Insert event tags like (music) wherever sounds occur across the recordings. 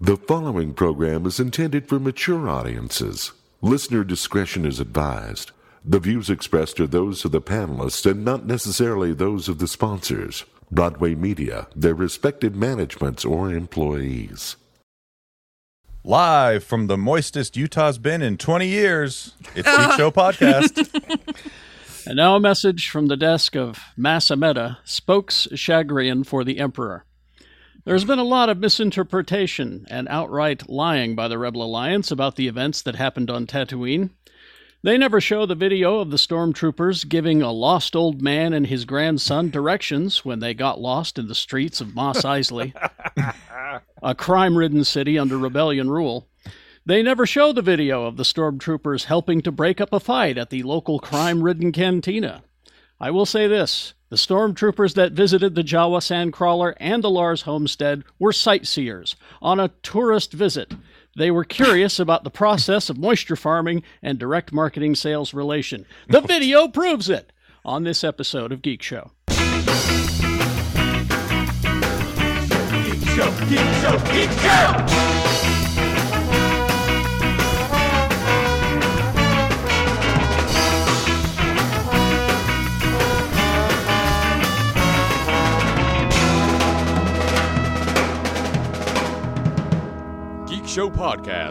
The following program is intended for mature audiences. Listener discretion is advised. The views expressed are those of the panelists and not necessarily those of the sponsors, Broadway Media, their respective managements, or employees. Live from the moistest Utah's been in 20 years, it's Geek Show Podcast. And now a message from the desk of Masameta, spokes Shagrian for the Emperor. There's been a lot of misinterpretation and outright lying by the Rebel Alliance about the events that happened on Tatooine. They never show the video of the stormtroopers giving a lost old man and his grandson directions when they got lost in the streets of Moss Isley, a crime ridden city under rebellion rule. They never show the video of the stormtroopers helping to break up a fight at the local crime ridden cantina. I will say this the stormtroopers that visited the Jawa Sandcrawler and the Lars homestead were sightseers on a tourist visit. They were curious about the process of moisture farming and direct marketing sales relation. The video proves it on this episode of Geek Show.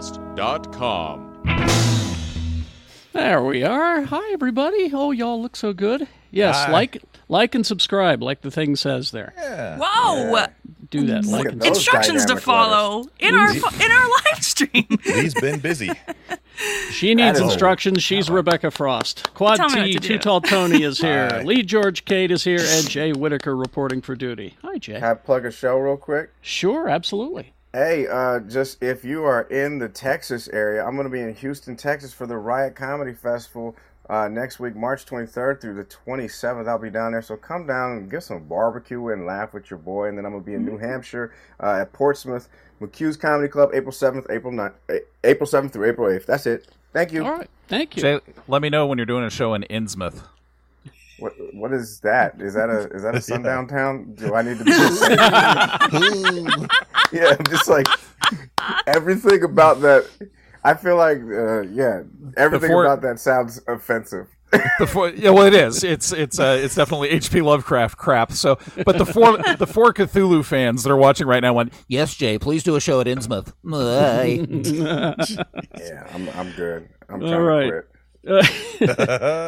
geekshowpodcast.com. There we are. Hi, everybody. Oh, y'all look so good. Yes, like like and subscribe, like the thing says there. Whoa! Do that. Like at and those Instructions to dynamic follow in our fo- in our live stream. (laughs) He's been busy. She needs is a- instructions. She's Rebecca Frost. Quad Tell me T, what to do. Too Tall Tony is here. Lee George Cade is here, and Jay Whitaker reporting for duty. Hi, Jay. Can I plug a show real quick? Sure, absolutely. Hey, uh, just if you are in the Texas area, I'm going to be in Houston, Texas for the Riot Comedy Festival uh, next week, March 23rd through the 27th. I'll be down there, so come down and get some barbecue and laugh with your boy. And then I'm going to be in New Hampshire uh, at Portsmouth, McHugh's Comedy Club, April 7th, April 9th, A- April 7th through April 8th. That's it. Thank you. All right. Thank you. Jay, let me know when you're doing a show in Innsmouth. What, what is that? Is that a is that a sundown town? Do I need to be? (laughs) yeah, I'm just like everything about that. I feel like uh, yeah, everything Before- about that sounds offensive. The four, yeah, well, it is. It's it's uh, it's definitely H.P. Lovecraft crap. So, but the four the four Cthulhu fans that are watching right now went, "Yes, Jay, please do a show at Innsmouth." (laughs) Bye. Yeah, I'm I'm good. I'm All trying right. to quit.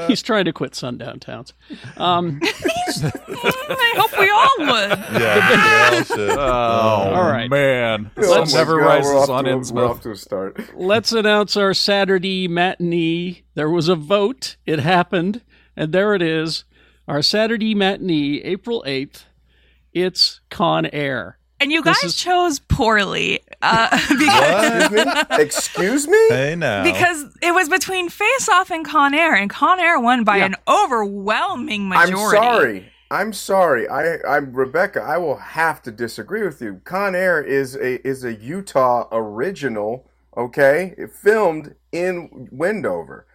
He's trying to quit Sundown Towns. Um, I hope we all would. Yeah. yeah, shit. oh, All right. (laughs) man, Oh my Sun never God, we're off rises on to a- We're off Innsmouth. to a start. let's announce our Saturday matinee. There was a vote. It happened, and there it is. Our Saturday matinee, April eighth. It's Con Air. And you guys is- chose poorly uh, (laughs) because, What? Excuse me. Hey now. because it was between Face Off and Con Air, and Con Air won by an overwhelming I'm majority. sorry. I'm sorry. I I'm Rebecca. I will have to disagree with you. Con Air is a is a Utah original. Okay, it filmed in Wendover.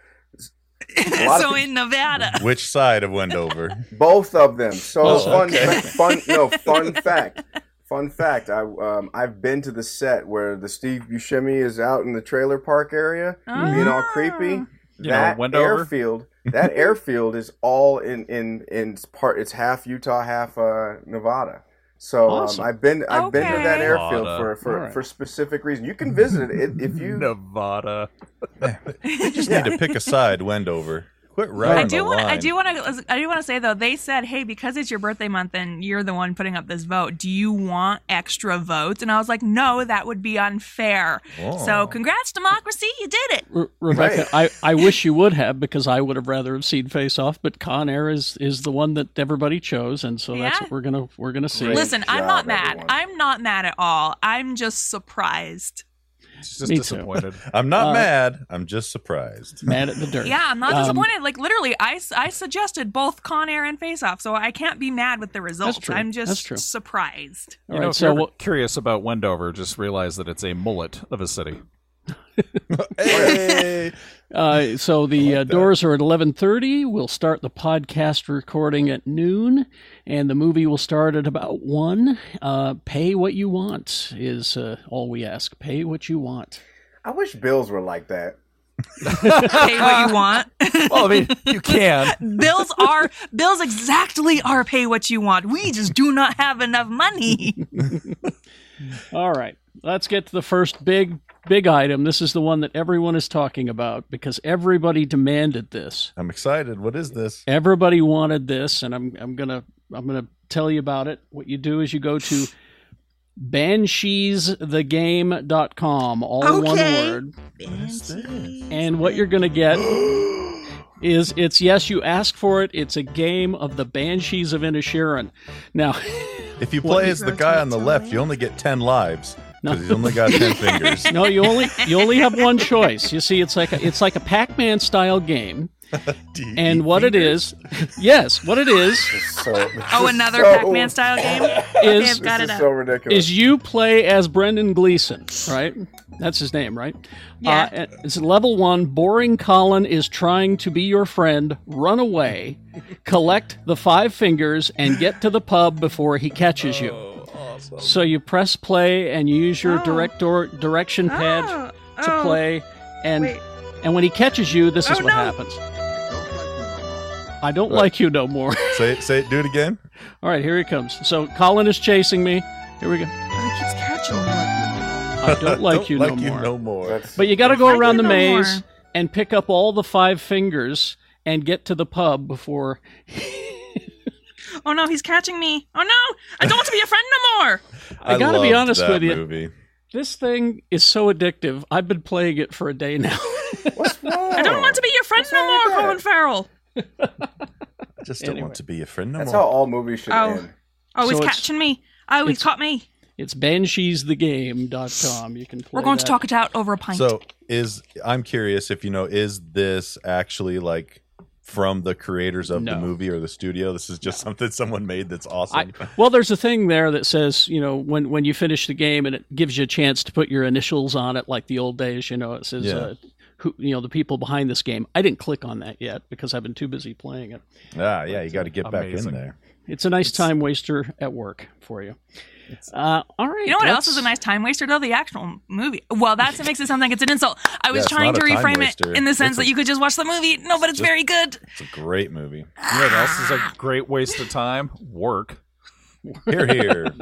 (laughs) A lot of so peop- in Nevada, Which side of Wendover? Both of them. So Both, fun, okay. fa- fun, no fun fact. Fun fact. I um, I've been to the set where the Steve Buscemi is out in the trailer park area, being all Oh. creepy. Ah. You know, that Wendover. airfield, that airfield is all in in in part. It's half Utah, half uh, Nevada. So Awesome. um, I've been I've been to that Okay. airfield Nevada. for for, All right. for specific reason. You can visit it if- if (laughs) you Nevada. Just need to pick a side, Wendover. Quit riding I do the want. I line. do want to. I do want to say though, they said, "Hey, because it's your birthday month and you're the one putting up this vote, do you want extra votes?" And I was like, "No, that would be unfair." So, congrats, democracy, you did it. Re- Rebecca, I, I (laughs) wish you would have because I would have rather have seen Face Off, but Con Air is is the one that everybody chose, and so that's Yeah. what we're gonna we're gonna see. Great. Listen, I'm not job, mad. everyone. I'm not mad at all. I'm just surprised. It's just Me too. (laughs) disappointed. I'm not Uh, mad. I'm just surprised. Mad at the dirt. Yeah, I'm not Um, disappointed. Like literally, I, s- I suggested both Con Air and Face Off, so I can't be mad with the results. true. I'm That's true. just surprised. All you know, right, if you're so ever curious about Wendover, just realize that it's a mullet of a city. Hey. Uh, so the uh, doors are at 11:30. We'll start the podcast recording at noon, and the movie will start at about one. Uh, pay what you want is uh, all we ask. Pay what you want. I wish bills were like that. Pay what you want. Uh, Well, I mean, (laughs) you can. bills are bills exactly are pay what you want. We just do not have enough money. (laughs) All right, let's get to the first big big item. This is the one that everyone is talking about because everybody demanded this. (laughs) I'm excited. What is this? Everybody wanted this, and I'm I'm gonna I'm gonna tell you about it. What you do is you go to bansheesthegame.com, all one Okay. word. Banshee. And what you're going to get is it's yes, you ask for it. It's a game of the Banshees of Inishirin. Now, (laughs) If you play as the guy on the left, you only get 10 lives because he's only got 10 fingers. no, you only you only have one choice. You see, it's like a, it's like a Pac-Man style game. And what it is, (laughs) yes, what it is So, Oh, another so, Pac-Man style (laughs) game. Okay, is I've got it This is up. so ridiculous. is you play as Brendan Gleeson, right? That's his name, right? Yeah. Uh, it's level one. Boring Colin is trying to be your friend. Run away, collect the five fingers, and get to the pub before he catches you. So you press play and you use your Oh. director direction pad Oh, to oh, play, and Wait. and when he catches you, this is Oh, what no. happens. I don't like you no more. (laughs) Say it, say it, do it again. All right, here he comes. So Colin is chasing me. Here we go. Oh, it keeps catching me. I (laughs) don't like Don't you like no you more. no more. That's- (laughs) But you got to go Like around you the no maze more. and pick up all the five fingers and get to the pub before. Oh no, he's catching me. Oh no, I don't want to be a friend no more. I gotta be loved honest that with you. Movie. This thing is so addictive. I've been playing it for a day now. (laughs) What's wrong? I don't want to be your friend no wrong with more, that? Colin Farrell. I just don't want to be a friend no That's more. how all movies should Oh. end. Oh, he's So it's- catching me. Oh, he's it's- caught me. it's bansheesthegame.com. You can play We're going to that. talk it out over a pint. So is I'm curious if you know is this actually like from the creators of the No. movie or the studio? This is just something someone made that's I, awesome. well, there's a thing there that says, you know, when, when you finish the game and it gives you a chance to put your initials on it, like the old days, you know, it says, Yeah. uh, who, you know, the people behind this game. I didn't click on that yet because I've been too busy playing it. ah, yeah, you got to get Amazing. back in there. It's a nice time waster at work for you. Uh, all right. you know what else is that's- a nice time waster though? The actual movie. Well, that's what makes it sound like it's an insult. I was it's trying not to a time reframe waster. it in the It's a- sense that you could just watch the movie. No, but it's very good. It's a great movie. You know what else is a great waste of time? Work. Here, (laughs) here.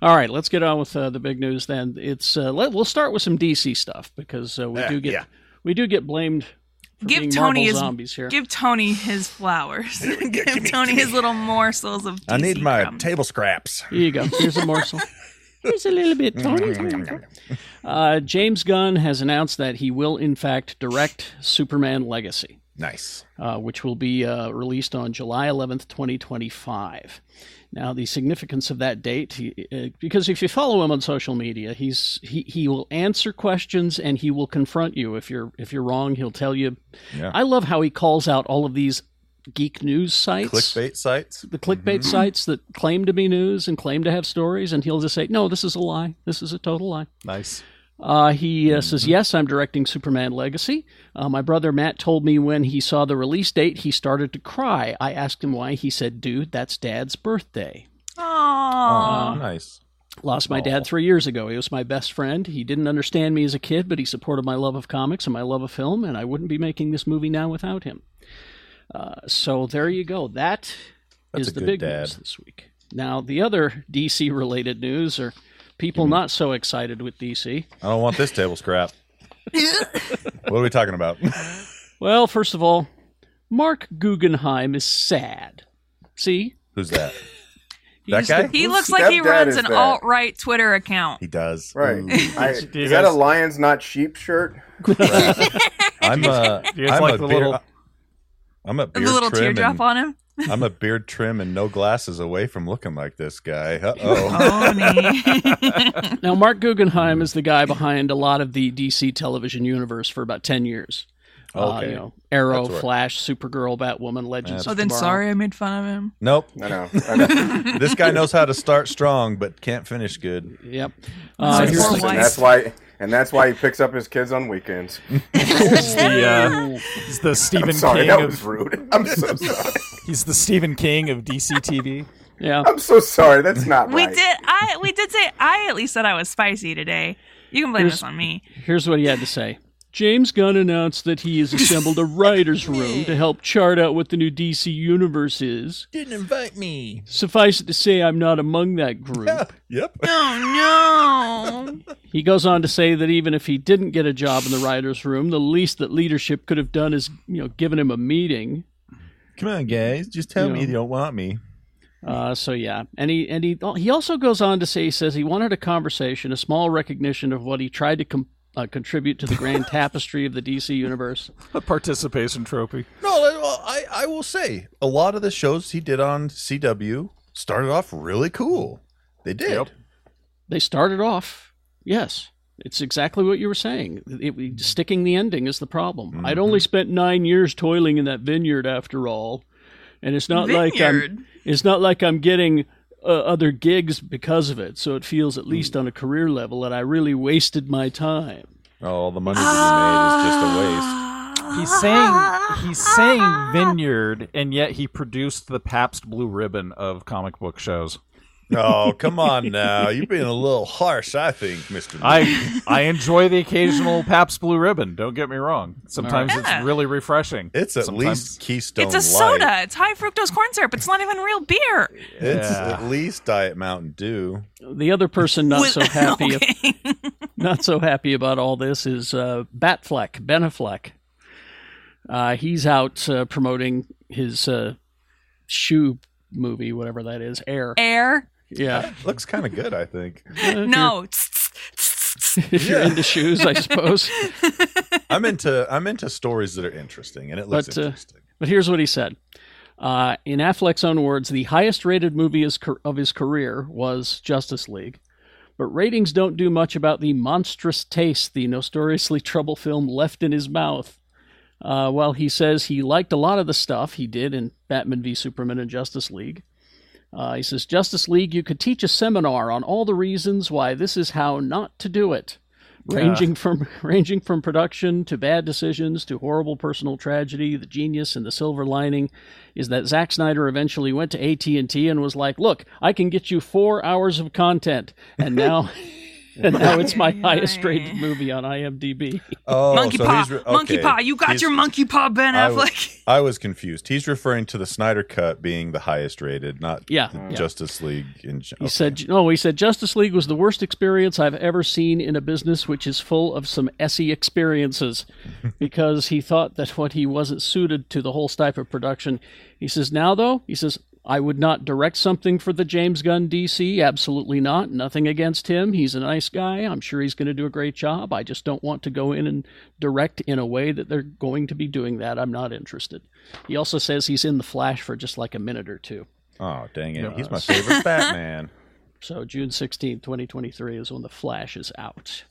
All right, let's get on with uh, the big news then. It's uh, let, we'll start with some DC stuff because uh, we do get we do get blamed for Give being Tony Marvel his- zombies here. Give Tony his flowers. give Tony his little morsels of. DC I need my crumbs. table scraps. Here you go. Here's a (laughs) morsel. Here's a little bit, Tony. uh, James Gunn has announced that he will in fact direct Superman Legacy. Nice. uh, which will be uh, released on July 11th, 2025. Now, the significance of that date, he, uh, because if you follow him on social media, he's he, he will answer questions and he will confront you if you're if you're wrong. He'll tell you. Yeah. I love how he calls out all of these geek news sites. Clickbait Mm-hmm. sites. The clickbait sites that claim to be news and claim to have stories, and he'll just say, "No, this is a lie. This is a total lie." Nice. Uh, he uh, Mm-hmm. says, Yes, I'm directing Superman Legacy. Uh, my brother Matt told me when he saw the release date, he started to cry. I asked him why. He said, Dude, that's dad's birthday. Aw. Oh, nice. Lost my Oh. dad three years ago. He was my best friend. He didn't understand me as a kid, but he supported my love of comics and my love of film, and I wouldn't be making this movie now without him. Uh, so there you go. That That's is a the good big dad. news this week. Now, the other DC related news are people Mm-hmm. not so excited with DC. I don't want this table (laughs) scrap. what are we talking about? (laughs) Well, first of all, Mark Guggenheim is sad. See? Who's that? That He's guy? the- He Whose looks like he stepdad runs is an that? alt right Twitter account. He does. Right. Ooh. (laughs) I, Do you is that a guys- lions not sheep shirt? I'm a. You guys I'm like a the beer- little- I'm a The beard little trim teardrop and- on him. I'm a beard trim and no glasses away from looking like this guy. Uh oh. Tony. now, Mark Guggenheim is the guy behind a lot of the DC television universe for about 10 years. Uh, Okay. you know, Arrow, That's right. Flash, Supergirl, Batwoman, Legends. oh, of then Tomorrow. sorry I made fun of him. Nope. I know. I know. This guy knows how to start strong but can't finish good. Yep. Uh, That's here's- Poor And wife. that's why and that's why he picks up his kids on weekends. He's the uh, (laughs) he's the Stephen Ah. Sorry, King that of was rude. I'm so sorry. he's the Stephen King of DC TV. Yeah. I'm so sorry. That's not We right. did. I we did say I at least said I was spicy today. You can blame this on me. Here's what he had to say. James Gunn announced that he has assembled (laughs) a writer's room to help chart out what the new DC universe is. Didn't invite me. Suffice it to say, I'm not among that group. Yep. Oh no! He goes on to say that even if he didn't get a job in the writer's room, the least that leadership could have done is, you know, given him a meeting. (laughs) Come on, guys. Just tell me Yeah. you don't want me. Uh, so yeah, and he and he oh, he also goes on to say he says he wanted a conversation, a small recognition of what he tried to com- uh, contribute to the grand tapestry of the DC universe. A participation trophy. No, like, well, I, I will say a lot of the shows he did on CW started off really cool. They did. Yep. They started off, yes, it's exactly what you were saying. It- it- sticking the ending is the problem. I'd only spent nine years toiling in that vineyard after all, and it's not like um, I'm Vineyard. it's not like I'm getting uh, other gigs because of it. So it feels at least on a career level that I really wasted my time. All the money that he made is just a waste. He's saying he's saying vineyard, and yet he produced the Pabst Blue Ribbon of comic book shows. Oh, come on now. You're being a little harsh, I think, Mr. I I enjoy the occasional Pabst Blue Ribbon. Don't get me wrong. Sometimes Yeah. it's really refreshing. It's at Sometimes- least Keystone It's a Light. soda. It's high fructose corn syrup. It's not even real beer. It's Yeah. at least Diet Mountain Dew. The other person not With- (laughs) so happy Okay. (laughs) not so happy about all this is uh, Batfleck, Ben Affleck. Uh, he's out uh, promoting his uh, shoe movie, whatever that is, Air. Air. Yeah. (laughs) Looks kind of good, I think. No. If you're Yeah. into shoes, I suppose. I'm into I'm into stories that are interesting, and it looks But, uh, interesting. But here's what he said. Uh, in Affleck's own words, the highest rated movie is of his career was Justice League. But ratings don't do much about the monstrous taste the notoriously (laughs) trouble film left in his mouth. Uh, while he says he liked a lot of the stuff he did in Batman v Superman and Justice League, uh, he says, Justice League, you could teach a seminar on all the reasons why this is how not to do it. Ranging from (laughs) ranging from production to bad decisions to horrible personal tragedy, the genius and the silver lining is that Zack Snyder eventually went to AT and T and was like, "Look, I can get you four hours of content," and now, (laughs) and now it's my Ay, ay, highest rated ay. movie on IMDb. Oh, monkey so paw. he's re- Monkey okay. paw. You got He's- your monkey paw, (laughs) Ben I was- (laughs) Affleck. (laughs) I was confused. He's referring to the Snyder Cut being the highest rated, not Yeah, the yeah. Justice League. In gen- He okay. said, "No, he said Justice League was the worst experience I've ever seen in a business which is full of some essy experiences," because he thought that what he wasn't suited to the whole type of production. He says, "Now though," he says, "I would not direct something for the James Gunn DC. Absolutely not. Nothing against him. He's a nice guy. I'm sure he's going to do a great job. I just don't want to go in and direct in a way that they're going to be doing that. I'm not interested." He also says he's in the Flash for just like a minute or two. "Oh, dang it, he's my (laughs) favorite Batman." So June sixteenth, 2023 is when The Flash is out.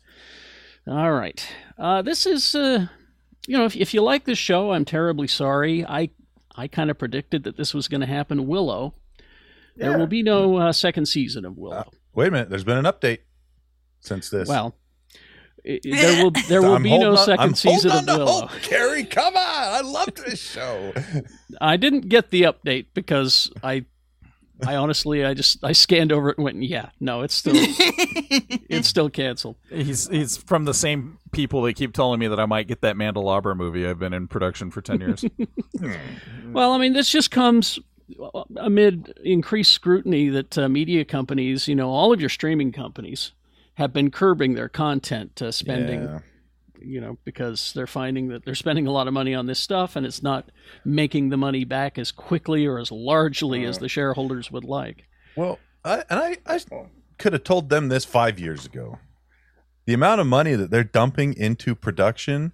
All right. Uh, this is, uh, you know, if, if you like this show, I'm terribly sorry. I, I kind of predicted that this was going to happen. Willow. There will be no uh, second season of Willow. Wait a minute, there's been an update since Uh, this. well, i- i- there will (laughs) there will I'm be holding no on- 2nd I'm season of holding on to Willow. hope, Carrie, come on! I love this show. I didn't get the update because I, I honestly I just I scanned over it and went yeah no it's (laughs) still it's still canceled. He's he's from the same people that keep telling me that I might get that Mandalabra movie I've been in production for ten years. Well, I mean, this just comes amid increased scrutiny that uh, media companies, you know, all of your streaming companies have been curbing their content uh, spending, Yeah. you know, because they're finding that they're spending a lot of money on this stuff and it's not making the money back as quickly or as largely as the shareholders would like. Well, I, and I, I could have told them this five years ago. The amount of money that they're dumping into production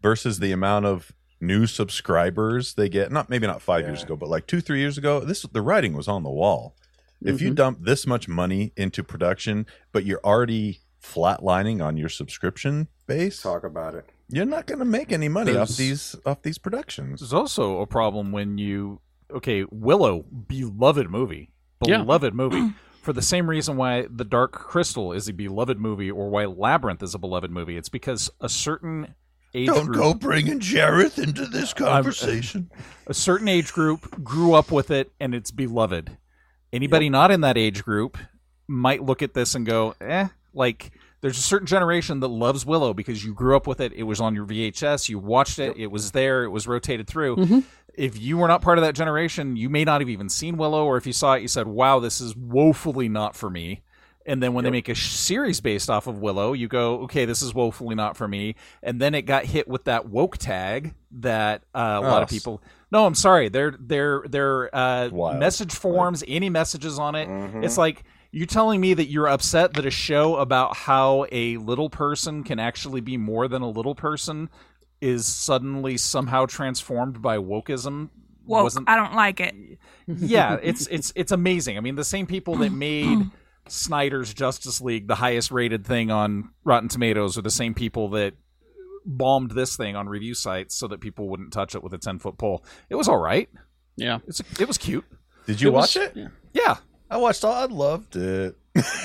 versus the amount of new subscribers they get not maybe not five years Yeah. ago but like two three years ago this the writing was on the wall if you dump this much money into production but you're already flatlining on your subscription base Talk about it. you're not going to make any money off There's- these off these productions There's also a problem when you okay Willow beloved movie Yeah. beloved movie (clears throat) for the same reason why The Dark Crystal is a beloved movie or why Labyrinth is a beloved movie. It's because a certain age Don't group, go bringing Jareth into this conversation. a certain age group grew up with it and it's beloved. Anybody not in that age group might look at this and go, "Eh, like there's a certain generation that loves Willow because you grew up with it. It was on your VHS, you watched it, it was there, it was rotated through." If you were not part of that generation, you may not have even seen Willow or if you saw it you said, "Wow, this is woefully not for me." And then when they make a sh- series based off of Willow, you go, okay, this is woefully not for me. And then it got hit with that woke tag that uh, a lot Oh, of people. No, I'm sorry. Their their their uh, Wild. message forms, any messages on it. It's like you're telling me that you're upset that a show about how a little person can actually be more than a little person is suddenly somehow transformed by wokeism. Woke. Wasn't I don't like it. yeah, it's it's it's amazing. I mean, the same people that made Snyder's Justice League the highest rated thing on Rotten Tomatoes are the same people that bombed this thing on review sites so that people wouldn't touch it with a 10 foot pole. It was all right. Yeah. It's, it was cute. Did you watch it? Yeah. Yeah. I watched all. I loved it.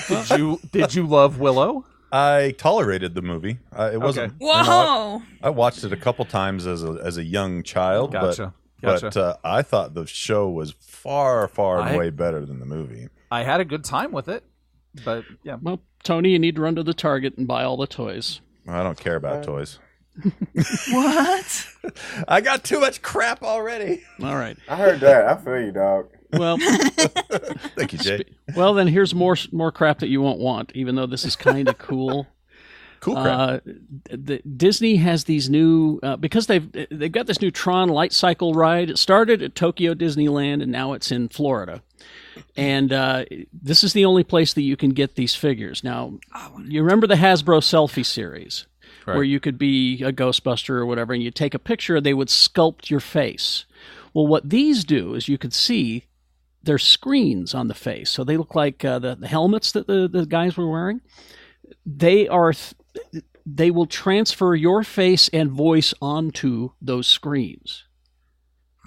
Did you did you love Willow? I tolerated the movie. I, it wasn't. Whoa. you know, I, I watched it a couple times as a as a young child. but- Gotcha. But, Gotcha. uh, I thought the show was far, far and I- way better than the movie. I had a good time with it. But yeah. Well, Tony, you need to run to the Target and buy all the toys. I don't care about toys. what? I got too much crap already. (laughs) All right. I heard that. I feel you, dog. Well, Thank you, Jay. well, then here's more more crap that you won't want, even though this is kind of cool. Cool crap. Uh, the, Disney has these new uh, because they've they've got this new Tron light cycle ride. It started at Tokyo Disneyland and now it's in Florida. And uh, this is the only place that you can get these figures. Now, you remember the Hasbro selfie series where you could be a Ghostbuster or whatever, and you take a picture. They would sculpt your face. Well, what these do is you could see their screens on the face, so they look like uh, the, the helmets that the, the guys were wearing. They are th- they will transfer your face and voice onto those screens.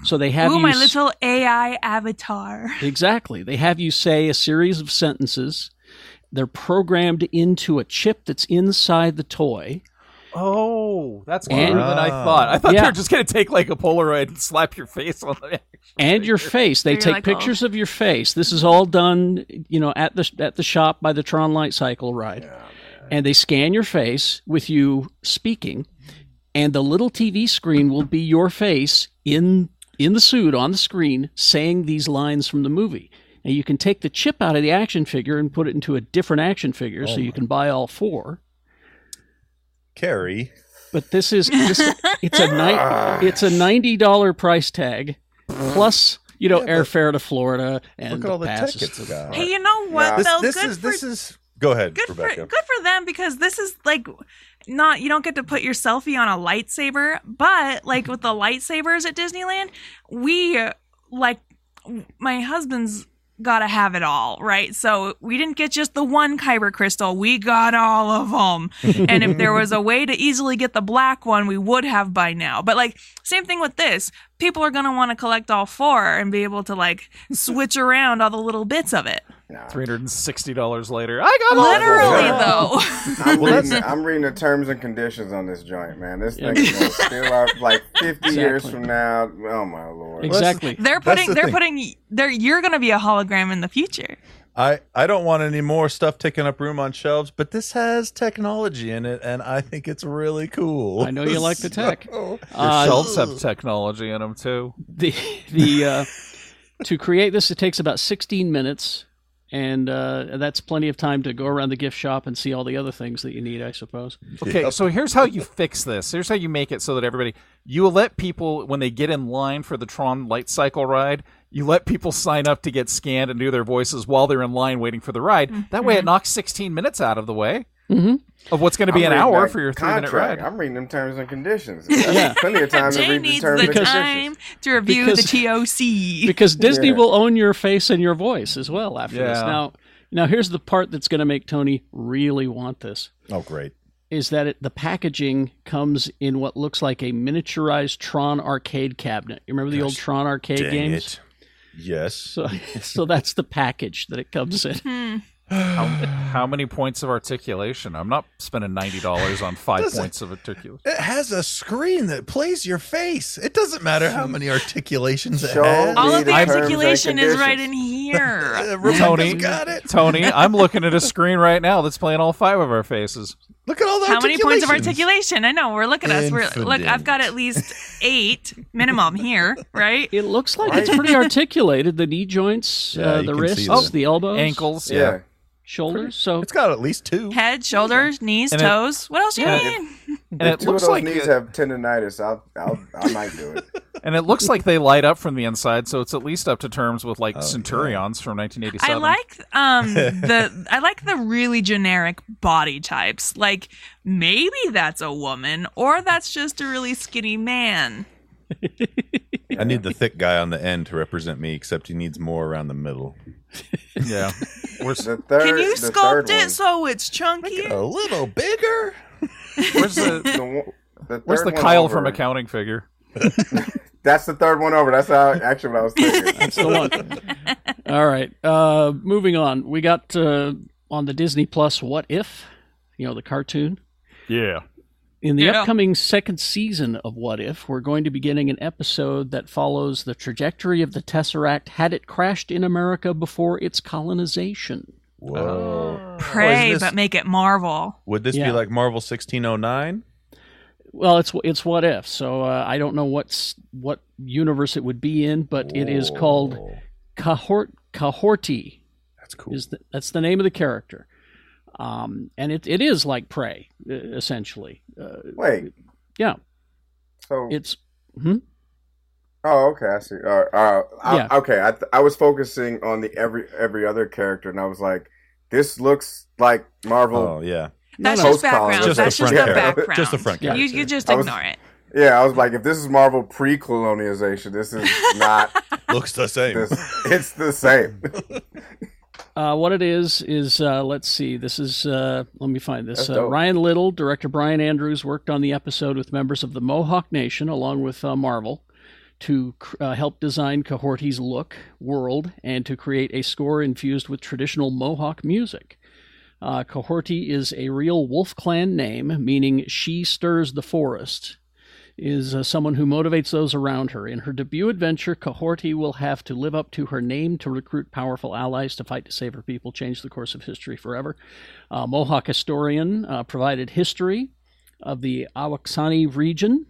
So they have Ooh, you my s- little (laughs) AI avatar. exactly. They have you say a series of sentences. They're programmed into a chip that's inside the toy. Oh, that's cooler And- than I thought. I thought Yeah. they were just going to take like a Polaroid and slap your face on the and your face. They You're take like, oh. pictures of your face. This is all done, you know, at the at the shop by the Tron Light Cycle ride, and they scan your face with you speaking, and the little TV screen will be your face in in the suit on the screen saying these lines from the movie. And you can take the chip out of the action figure and put it into a different action Oh figure, so you can buy all four. Carrie. But this is this, it's a (laughs) ni- it's a ninety dollar price tag plus you know airfare to Florida and Look at all the passes tickets to it got. Hey, you know what? This, though? this good is for this is. Go ahead, good for Rebecca. good for them because this is like not you don't get to put your selfie on a lightsaber, but like with the lightsabers at Disneyland, we like my husband's got to have it all, right? So we didn't get just the one kyber crystal. We got all of them. and if there was a way to easily get the black one, we would have by now. But like same thing with this. People are going to want to collect all four and be able to like switch around all the little bits of it. (laughs) three hundred and sixty dollars later. I got all of them. Literally though. I'm, Well, that's- reading, the- I'm reading the terms and conditions on this joint, man. This Yeah. thing is gonna still out like 50 years Exactly. from now. Oh my lord! Exactly. They're That's putting. the they're thing. putting. They're. You're going to be a hologram in the future. I I don't want any more stuff taking up room on shelves, but this has technology in it, and I think it's really cool. I know you like the tech. (laughs) So- Uh, Shelves have technology in them too. the the uh, (laughs) to create this it takes about 16 minutes and uh, that's plenty of time to go around the gift shop and see all the other things that you need i (laughs) suppose Okay, so here's how you fix this. Here's how you make it so that everybody you will let people when they get in line for the Tron Light Cycle ride, you let people sign up to get scanned and do their voices while they're in line waiting for the ride. That way, it knocks 16 minutes out of the way of what's going to be Mm-hmm. I'm reading an hour that for your three minute contract. ride. I'm reading them terms and conditions. That's Yeah. Plenty of time to Jay read the needs terms the and time conditions. to review Because- the TOC. because disney Yeah. will own your face and your voice as well after this Yeah. now now here's the part that's going to make tony really want this oh, great. is that it, the packaging comes in what looks like a miniaturized Tron arcade cabinet. You remember the old Tron arcade Dang games? it. Yes. (laughs) So, so that's the package that it comes in. Hmm. How, how many points of articulation? I'm not spending ninety (laughs) dollars on five Doesn't- points of articulation. It has a screen that plays your face. It doesn't matter how many articulations it Show has. All of the Read the terms and articulation is right in conditions. here. (laughs) Uh, Rebecca's Tony. got it. Tony, I'm looking at a screen right now that's playing all five of our faces. Look at all the How many points of articulations. articulation? I know. We're look at us. We're look. I've got at Infinite. least eight minimum here, (laughs) right? It looks like it's Right. pretty articulated. The knee joints, (laughs) Yeah, uh, you the can see wrists, that. the elbows, Ankles, Yeah. yeah. shoulders. So (laughs) It's got at least two. Head, shoulders, knees, And it- toes. What else do you Yeah. need? And it Two of looks those like knees have tendonitis. I'll, I'll, I might do it. and it looks like they light up from the inside, so it's at least up to terms with like Oh, Centurions from I 1987. like (laughs) um the I like the really generic body types. Like maybe that's a woman or that's just a really skinny man. I need the thick guy on the end to represent me, except he needs more around the middle. yeah. Where's, The third, Can you the third sculpt it one, so it's chunky? A little bigger. (laughs) where's the the one- the where's third the one Kyle over. from Accounting figure? That's the third one over. That's how, actually what I was thinking. (laughs) that's the one. All right. Uh, moving on. We got uh, on the Disney Plus What If, you know, the cartoon. Yeah. In the Yeah. upcoming second season of What If, we're going to be getting an episode that follows the trajectory of the Tesseract had it crashed in America before its colonization. Whoa. Or Pray, is this- but make it Marvel. Would this Yeah. be like Marvel 1609? Well, it's it's What If, so uh, I don't know what's what universe it would be in, but it is called Whoa. Cahort Cahorti. That's cool. Is the, that's the name of the character, um, and it, it is like Prey, e- essentially. Uh, Wait. yeah, So, it's oh, okay, I see. Uh, uh, I, Yeah. Okay, I, th- I was focusing on the every every other character, and I was like, this looks like Marvel. Oh, yeah. That's no. just Post-college. background. Just that's the just front the character. background. Just the front Yeah. You, character. you just I was- ignore it. Yeah, I was like, if this is Marvel pre-colonization, this is (laughs) not. Looks the same. this, it's the same. (laughs) Uh, what it is is uh, let's see. This is uh, let me find this. That's Uh, dope. Ryan Little, director Brian Andrews, worked on the episode with members of the Mohawk Nation along with uh, Marvel to cr- uh, help design Cahorty's look, world, and to create a score infused with traditional Mohawk music. Uh, Cahorty is a real Wolf Clan name, meaning she stirs the forest. Is uh, someone who motivates those around her. In her debut adventure, Cahorty will have to live up to her name to recruit powerful allies to fight to save her people, change the course of history forever. Uh, Mohawk historian uh, provided history of the Awaksani region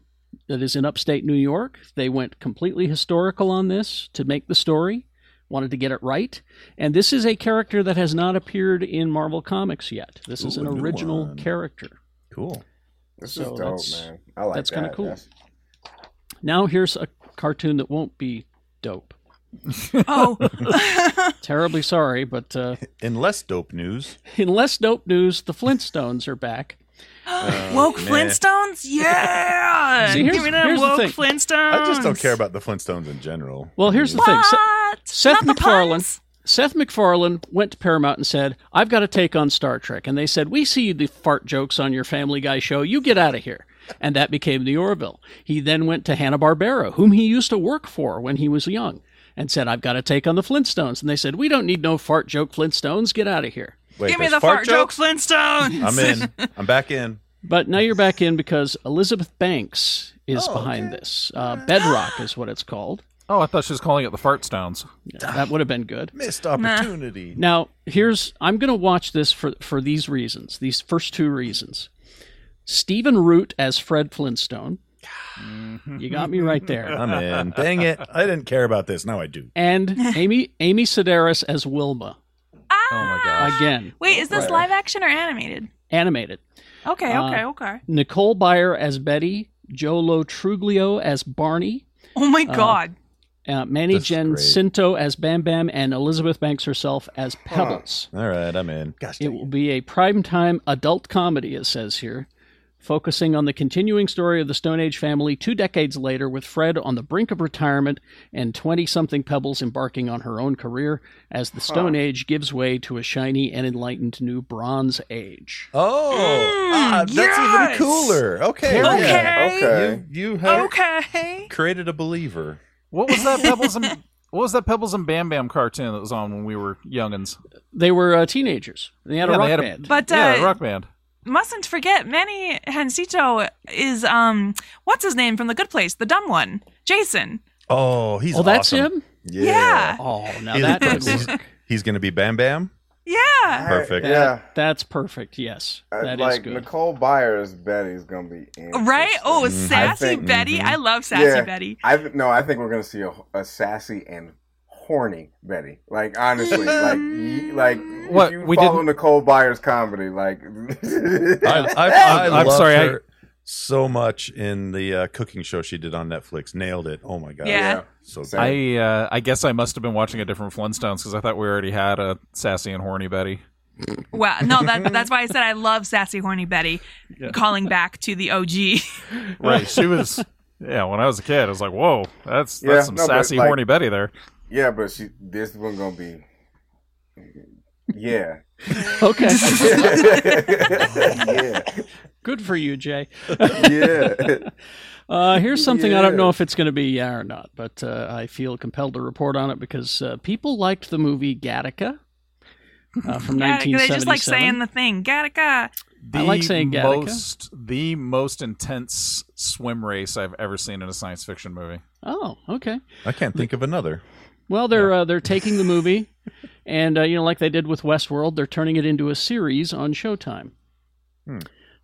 that is in upstate New York. They went completely historical on this to make the story, wanted to get it right. And this is a character that has not appeared in Marvel Comics yet. This is Ooh, an a new original one. character. Cool. This So is dope, that's- man. I like that's that. kinda cool. That's- Now here's a cartoon that won't be dope. (laughs) Oh, Terribly sorry, but uh, In less dope news, in less dope news, the Flintstones are back. Oh, woke man. Flintstones. Yeah, See, here's- give me that here's the woke thing. Flintstones. I just don't care about the Flintstones in general. Well, here's the thing. Se- What? Seth Not the MacFarlane. puns? Seth MacFarlane went to Paramount and said, "I've got a take on Star Trek," and they said, "We see the fart jokes on your Family Guy show. You get out of here." And that became the Orville. He then went to Hanna Barbera, whom he used to work for when he was young, and said, "I've got a take on the Flintstones." And they said, "We don't need no fart joke Flintstones. Get out of here." Wait, Give me there's the fart, joke, Flintstones. I'm (laughs) in. I'm back in. But now you're back in because Elizabeth Banks is Oh, behind okay. this. Uh, Bedrock is what (laughs) it's called. Oh, I thought she was calling it the Fart Stones. That would have been good. Missed (laughs) opportunity. Now, here's I'm going to watch this for for these reasons. These first two reasons. Stephen Root as Fred Flintstone. You got me right (laughs) there. I'm in. Dang it. I didn't care about this. Now I do. And Amy Amy Sedaris as Wilma Oh my gosh. again, Ah. Wait, is this live action or animated? animated. Okay, Uh, okay, okay. Nicole Byer as Betty, Jolo Truglio as Barney, Oh my god. uh, Manny This is great. Jacinto as Bam Bam, and Elizabeth Banks herself as Pebbles. All right, I'm in. Gosh, It dang will it. be a primetime adult comedy, it says here, focusing on the continuing story of the Stone Age family two decades later, with Fred on the brink of retirement and 20 something Pebbles embarking on her own career as the Stone Age gives way to a shiny and enlightened new Bronze Age. Oh, Mm, ah, that's yes. even cooler. Okay. Okay. yeah. Okay. You, you have Okay. created a believer. What was that Pebbles and (laughs) What was that Pebbles and Bam Bam cartoon that was on when we were youngins? They were uh, teenagers. They had Yeah, a rock they had a- band. But uh, yeah, the rock band. mustn't forget Manny Hansito is um what's his name from the Good Place, the dumb one, Jason. Oh, he's oh, that's awesome. him. Yeah, Oh, now He's that incredible. would work. He's going to be Bam Bam. yeah. Perfect. Yeah. That's perfect. Yes, Uh, that is like good. Nicole Byers Betty's gonna be interesting. Right? Oh, sassy Mm-hmm. think- Betty. Mhm. I love sassy Yeah. Betty. I th- no, I think we're gonna see a, a sassy and horny Betty. Like (laughs) honestly, like y- like What, if you we follow didn't- Nicole Byers comedy, like I, (laughs) I, I, I'm loved sorry, I- her so much in the uh, cooking show she did on Netflix. Nailed it. Oh my god. Yeah. So So- I uh, I guess I must have been watching a different Flintstones because I thought we already had a sassy and horny Betty. Well, no, that, that's why I said I love sassy horny Betty. Calling back to the (laughs) OG. Right, she was. Yeah, when I was a kid, I was like, "Whoa, that's that's Yeah, some no, but, sassy like- horny Betty there." yeah, but she this one gonna be (laughs) yeah (laughs) Okay, (laughs) yeah good for you, Jay. yeah. Uh, here's something I Yeah. don't know if it's going to be yeah or not, but uh, I feel compelled to report on it because uh, people liked the movie Gattaca (laughs) uh, from Gattaca. 1977. They just like saying the thing. Gattaca. The I like saying Gattaca. most the most intense swim race I've ever seen in a science fiction movie. oh, okay. I can't think of another. Well, they're uh, they're taking the movie, (laughs) and uh, you know, like they did with Westworld, they're turning it into a series on Showtime. Hmm.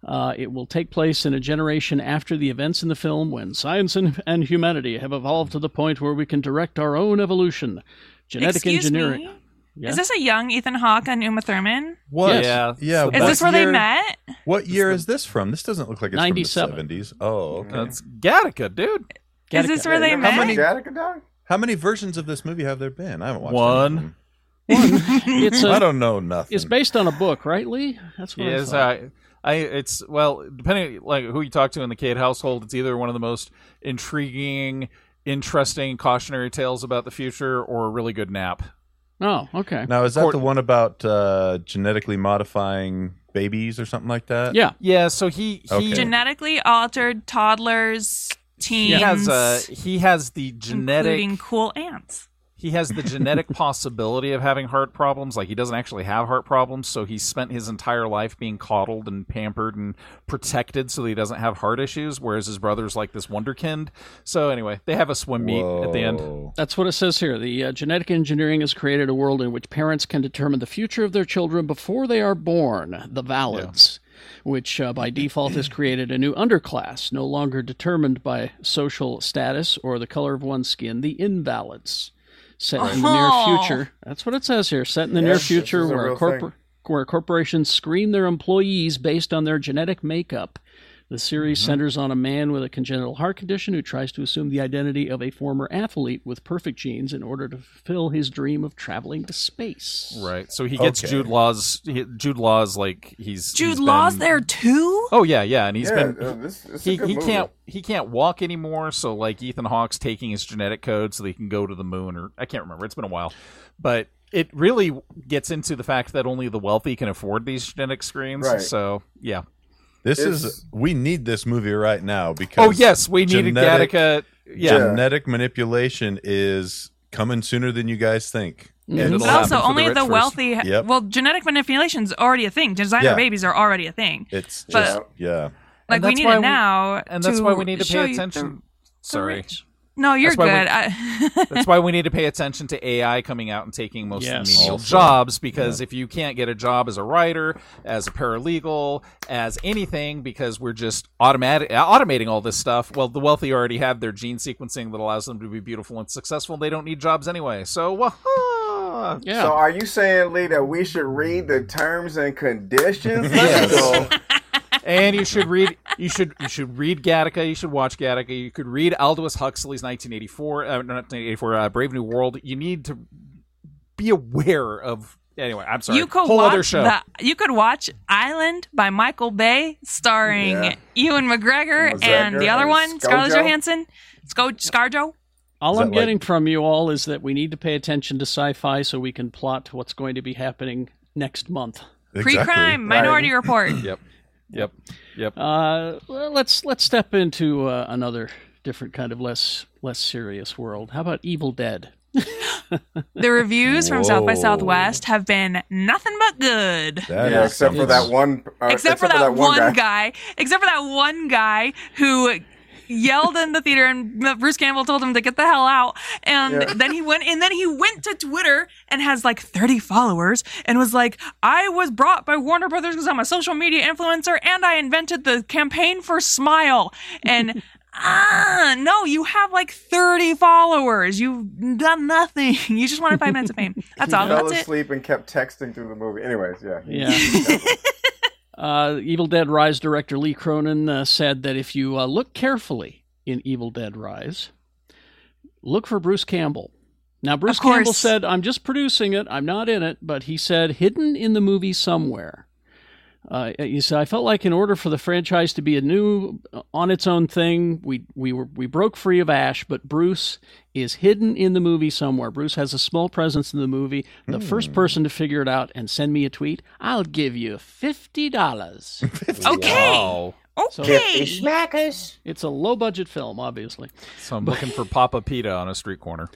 Uh, it will take place in a generation after the events in the film, when science and, and humanity have evolved to the point where we can direct our own evolution. Genetic Excuse engineering. me. Yeah. Is this a young Ethan Hawke and Uma Thurman? What? Yes. Yeah. Yeah. Is Is what this where they year- met? What year is this from? This doesn't look like it's 97. from the 70s. Oh, okay. That's Gattaca, dude. Is this Gattaca. where they How met? many- Gattaca dog? How many versions of this movie have there been? I haven't watched One. any of them. It's I a, don't know nothing. it's based on a book, right, Lee? That's what I Yes, thought. I, I, it's well, depending like who you talk to in the Cade household, it's either one of the most intriguing, interesting cautionary tales about the future, or a really good nap. uh, Oh, okay. Now, is that Court- the one about uh, genetically modifying babies or something like that? Yeah. Yeah, so he he Okay. Genetically altered toddlers, he teens, has uh he has the genetic including cool ants. he has the genetic possibility of having heart problems. Like he doesn't actually have heart problems, so he spent his entire life being coddled and pampered and protected so that he doesn't have heart issues. Whereas his brother's like this wonderkind. So anyway, they have a swim meet at the end. Whoa. That's what it says here. The uh, genetic engineering has created a world in which parents can determine the future of their children before they are born, the valids, which uh, by default has created a new underclass, no longer determined by social status or the color of one's skin, the invalids. Set in the near Oh. future. That's what it says here. Set in the near Yes, this future is a where real corpor- thing. where corporations screen their employees based on their genetic makeup. The series Mm-hmm. centers on a man with a congenital heart condition who tries to assume the identity of a former athlete with perfect genes in order to fulfill his dream of traveling to space. Right. So he gets Okay. Jude Law's he, Jude Law's like he's he's Jude been- Law's there too? Oh yeah, yeah, and he's Yeah, been uh, this, this is a he, good he movie. can't he can't walk anymore so like ethan hawke's taking his genetic code so that he can go to the moon or i can't remember it's been a while but it really gets into the fact that only the wealthy can afford these genetic screens Right. so yeah This It's- is we need this movie right now because oh yes we needed genetic- gattaca yeah, Yeah. genetic manipulation is coming sooner than you guys think. And Mhm. it'll But happen also, for the only rich the, first. wealthy. ha- Yep. Well, genetic manipulation's already a thing. Designer Yeah. babies are already a thing. It's But- just yeah. Like we that's need why it we- now. and that's to why we need to show pay you the- attention sorry rich. no, you're That's why we- good. I- that's why we need to pay attention to ai coming out and taking most of the Yes. menial Also. jobs because if you can't get a job as a writer as a paralegal as anything because we're just automatic automating all this stuff well the wealthy already have their gene sequencing that allows them to be beautiful and successful they don't need jobs anyway so wah Yeah. So are you saying, Lee, that we should read the terms and conditions? Yes. So- and you should read you should you should read Gattaca. You should watch Gattaca. You could read Aldous Huxley's 1984, uh, not 1984, uh, Brave New World. You need to be aware of. Anyway, I'm sorry. you could Whole watch other show. The, you could watch Island by Michael Bay, starring Yeah. Ewan McGregor Ewan and the McGregor other and one, Scarlett Scojo. Johansson. Sco- Scarjo. All Is I'm that like- getting from you all is that we need to pay attention to sci fi so we can plot what's going to be happening next month. Pre-crime, Minority (laughs) Report. Yep. Yep. Yep. Uh, well, let's let's step into uh, another different kind of less less serious world. How about Evil Dead? The reviews from South by Whoa. Southwest have been nothing but good. That yeah, is except for something. that one. Uh, except for that, one guy. Except for that one guy who yelled in the theater, and Bruce Campbell told him to get the hell out. And Yeah. then he went, and then he went to Twitter and has like 30 followers, and was like, "I was brought by Warner Brothers because I'm a social media influencer, and I invented the campaign for Smile." And (laughs) Ah, no, you have like 30 followers. You've done nothing. (laughs) You just wanted five minutes of fame. That's all. Fell That's it. asleep and kept texting through the movie. Anyways, yeah. Yeah. (laughs) uh, Evil Dead Rise director Lee Cronin uh, said that if you uh, look carefully in Evil Dead Rise, look for Bruce Campbell. Now, Bruce Of course. Campbell said, I'm just producing it, I'm not in it, but he said, hidden in the movie somewhere. Uh, he said, I felt like in order for the franchise to be a new, uh, on its own thing, we, we, were, we broke free of Ash, but Bruce is hidden in the movie somewhere. Bruce has a small presence in the movie. The first person to figure it out and send me a tweet, I'll give you $50. Okay. Wow. So- Okay. it's a low budget film, obviously. So I'm looking for Papa Pita on a street corner.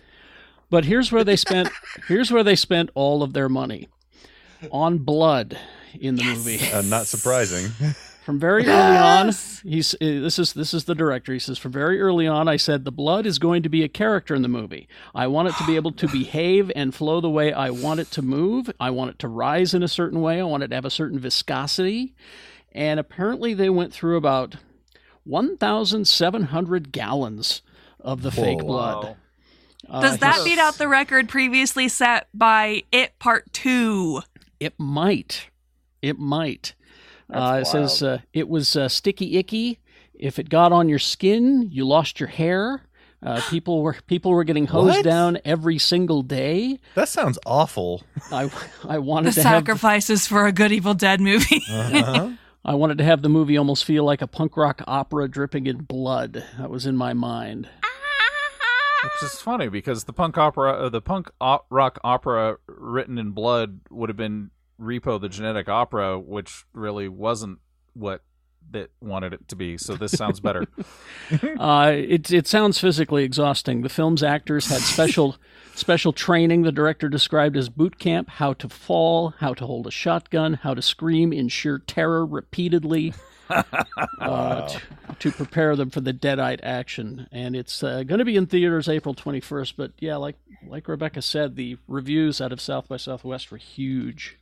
But here's where they spent here's where they spent all of their money on blood in the movie. Uh, not surprising. From very early on, he's uh, this is this is the director. He says from very early on I said the blood is going to be a character in the movie. I want it to be able to behave and flow the way I want it to move. I want it to rise in a certain way. I want it to have a certain viscosity. And apparently they went through about 1700 gallons of the fake blood. Uh, Does he that beat out the record previously set by It Part 2? It might. It might. Uh, it says uh, it was uh, sticky icky. If it got on your skin, you lost your hair. Uh, people were people were getting hosed What? down every single day. That sounds awful. I I The wanted to have Uh, sacrifices for a good Evil Dead movie. (laughs) Uh-huh. I wanted to have the movie almost feel like a punk rock opera dripping in blood. That was in my mind. Which is funny because the punk opera, uh, the punk op- rock opera written in blood would have been Repo the Genetic Opera, which really wasn't what that wanted it to be. So this (laughs) sounds better. Uh, it it sounds physically exhausting. The film's actors had special special training. The director described as boot camp: how to fall, how to hold a shotgun, how to scream in sheer terror repeatedly, uh, to, to prepare them for the deadite action. And it's uh, going to be in theaters April twenty first. But yeah, like like Rebecca said, the reviews out of South by Southwest were huge.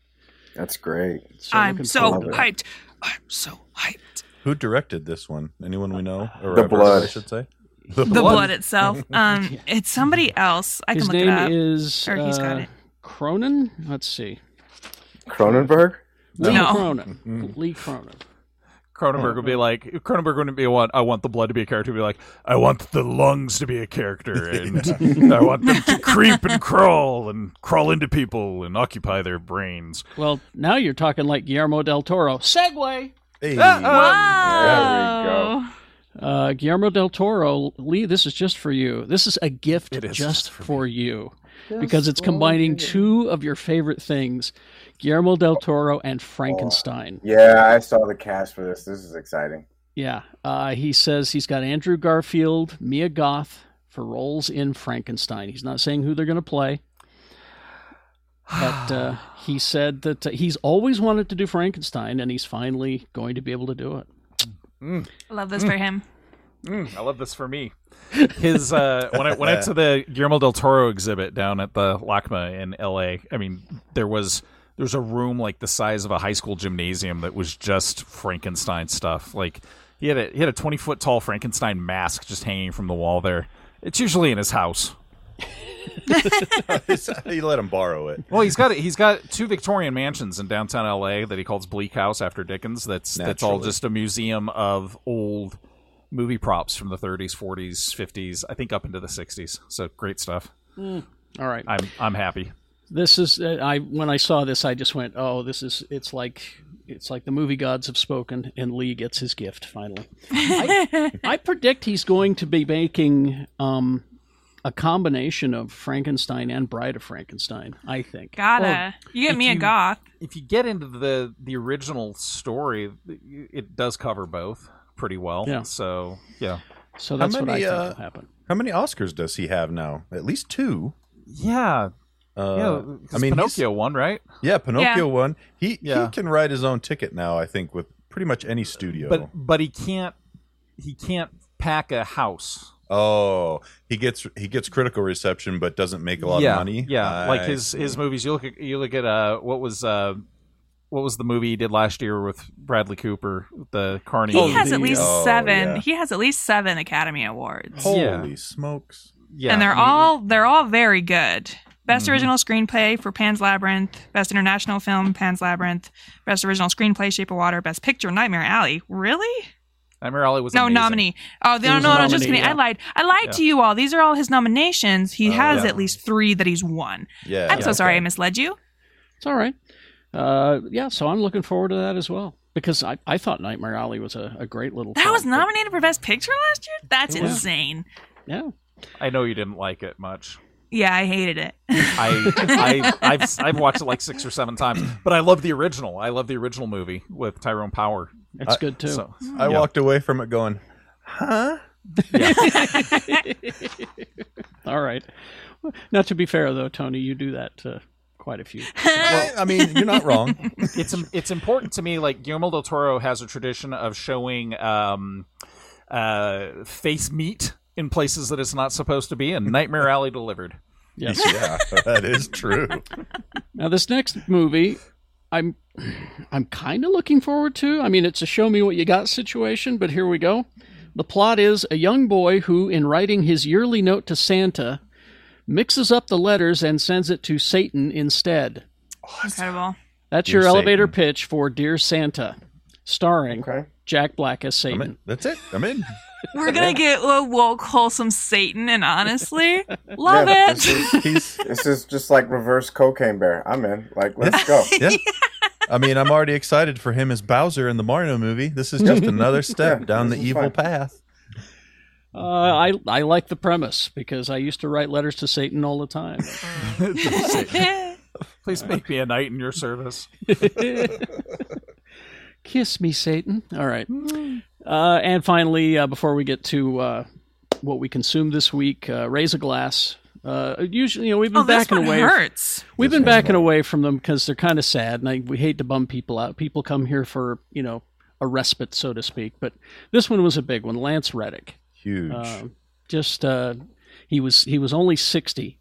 That's great. So I'm looking so forward to that. hyped. I'm so hyped. Who directed this one? Anyone we know? Or The ever, I Blood. should say. (laughs) The blood (laughs) itself. Um, it's somebody else. I can His look name it up. is Or he's got uh, it. Cronin. Let's see, Cronenberg? Lee No. Cronin. Lee Cronin. Cronenberg would be like, Cronenberg wouldn't be one. I want the blood to be a character. He'd Be like, I want the lungs to be a character, and I want them to creep and crawl and crawl into people and occupy their brains. Well, now you're talking like Guillermo del Toro. Segway. Hey. Wow. Uh, Guillermo del Toro, Lee, this is just for you. This is a gift It is just just for for, you because it's combining two of your favorite things, Guillermo del Toro and Oh. Frankenstein. Yeah, I saw the cast for this. This is exciting. Yeah. Uh, he says he's got Andrew Garfield, Mia Goth for roles in Frankenstein. He's not saying who they're going to play. But (sighs) uh, he said that uh, he's always wanted to do Frankenstein, and he's finally going to be able to do it. I love this for him. Mm, I love this for me. His uh, when I went out to the Guillermo del Toro exhibit down at the LACMA in L.A. I mean, there was there was a room like the size of a high school gymnasium that was just Frankenstein stuff. Like he had a he had a twenty foot tall Frankenstein mask just hanging from the wall there. It's usually in his house. (laughs) you let him borrow it. Well, he's got he's got two Victorian mansions in downtown L.A. that he calls Bleak House after Dickens. That's that's all Naturally. just a museum of old movie props from the 30s, 40s, 50s, I think up into the 60s. So great stuff. All right. I'm I'm happy. this is uh, i when i saw this i just went oh this is it's like it's like the movie gods have spoken and lee gets his gift finally (laughs) i, I predict he's going to be making um a combination of frankenstein and bride of frankenstein i think Gotta. Well, you get if me a you- goth. If you get into the the original story, it does cover both pretty well. Yeah. So yeah, so that's what i many, think uh, will happen How many Oscars does he have now? At least two. Yeah, yeah. Uh, I I mean, mean, he's- Pinocchio one, right? yeah, Pinocchio Yeah. won. He Yeah. he can write his own ticket now. I think with pretty much any studio. But but he can't he can't pack a house. oh, he gets he gets critical reception, but doesn't make a lot yeah, of money. Uh, Yeah, like I his see. his movies. You look at you look at uh what was uh what was the movie he did last year with Bradley Cooper, the Carney? He movie? has at the- least Oh, seven. yeah. He has at least seven Academy Awards, holy yeah. smokes. yeah, and they're I mean, all they're all very good. Best original screenplay for Pan's Labyrinth. Best international film, Pan's Labyrinth. Best original screenplay, Shape of Water. Best picture, Nightmare Alley. Really? Nightmare Alley was No amazing. nominee. Oh, He no, was no, a no, just nominee, kidding. yeah. I lied. I lied Yeah. to you all. These are all his nominations. He Oh, has yeah. at least three that he's won. Yeah, I'm so okay. sorry I misled you. It's all right. Uh, yeah, so I'm looking forward to that as well because I, I thought Nightmare Alley was a, a great little. That film, was but- nominated for Best Picture last year? That's It was. insane. Yeah, I know you didn't like (laughs) it much. Yeah, I hated it. (laughs) I, I I've I've watched it like six or seven times, but I love the original. I love the original movie with Tyrone Power. it's good too. So I Yeah. walked away from it (laughs) going, huh? All right. Now, to be fair though, Tony, you do that uh, quite a few. Well, I mean, you're not wrong. it's it's important to me. Like Guillermo del Toro has a tradition of showing um, uh, face meat in places that it's not supposed to be, and Nightmare Alley delivered. Yes. yeah, that is true. Now, this next movie, I'm I'm kind of looking forward to. I mean, it's a show me what you got situation, but here we go. The plot is a young boy who, in writing his yearly note to Santa, mixes up the letters and sends it to Satan instead. Incredible. That's Dear your elevator Satan. pitch for Dear Santa, starring Okay. Jack Black as I'm Satan. in. That's it. I'm in. We're going to get a woke, wholesome Satan, and (laughs) honestly, love Yeah, it. This (laughs) (laughs) is, He's. this is just like reverse cocaine bear. I'm in. Like, let's (laughs) go. Yeah. I mean, I'm already excited for him as Bowser in the Mario movie. This is just another step Yeah, down the this is evil fine. path. Uh, I I like the premise because I used to write letters to Satan all the time. Please make me a knight in your (laughs) service. Kiss me, Satan. All right. Hmm. Uh, and finally, uh, before we get to uh, what we consumed this week, uh, raise a glass. Uh, usually, you know, we've been oh, this backing one away. hurts. We've been backing away from them because they're kind of sad, and I, we hate to bum people out. People come here for you know a respite, so to speak. But this one was a big one. Lance Reddick, Huge. Um just uh, he was he was only sixty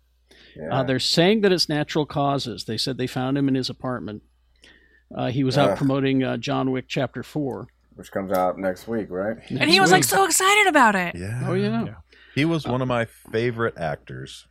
Yeah. uh, they're saying that it's natural causes. They said they found him in his apartment. Uh, he was out Ugh. promoting uh, John Wick Chapter Four. Which comes out next week, right? And he was like so excited about it. yeah. "Oh yeah, He was one of my favorite actors.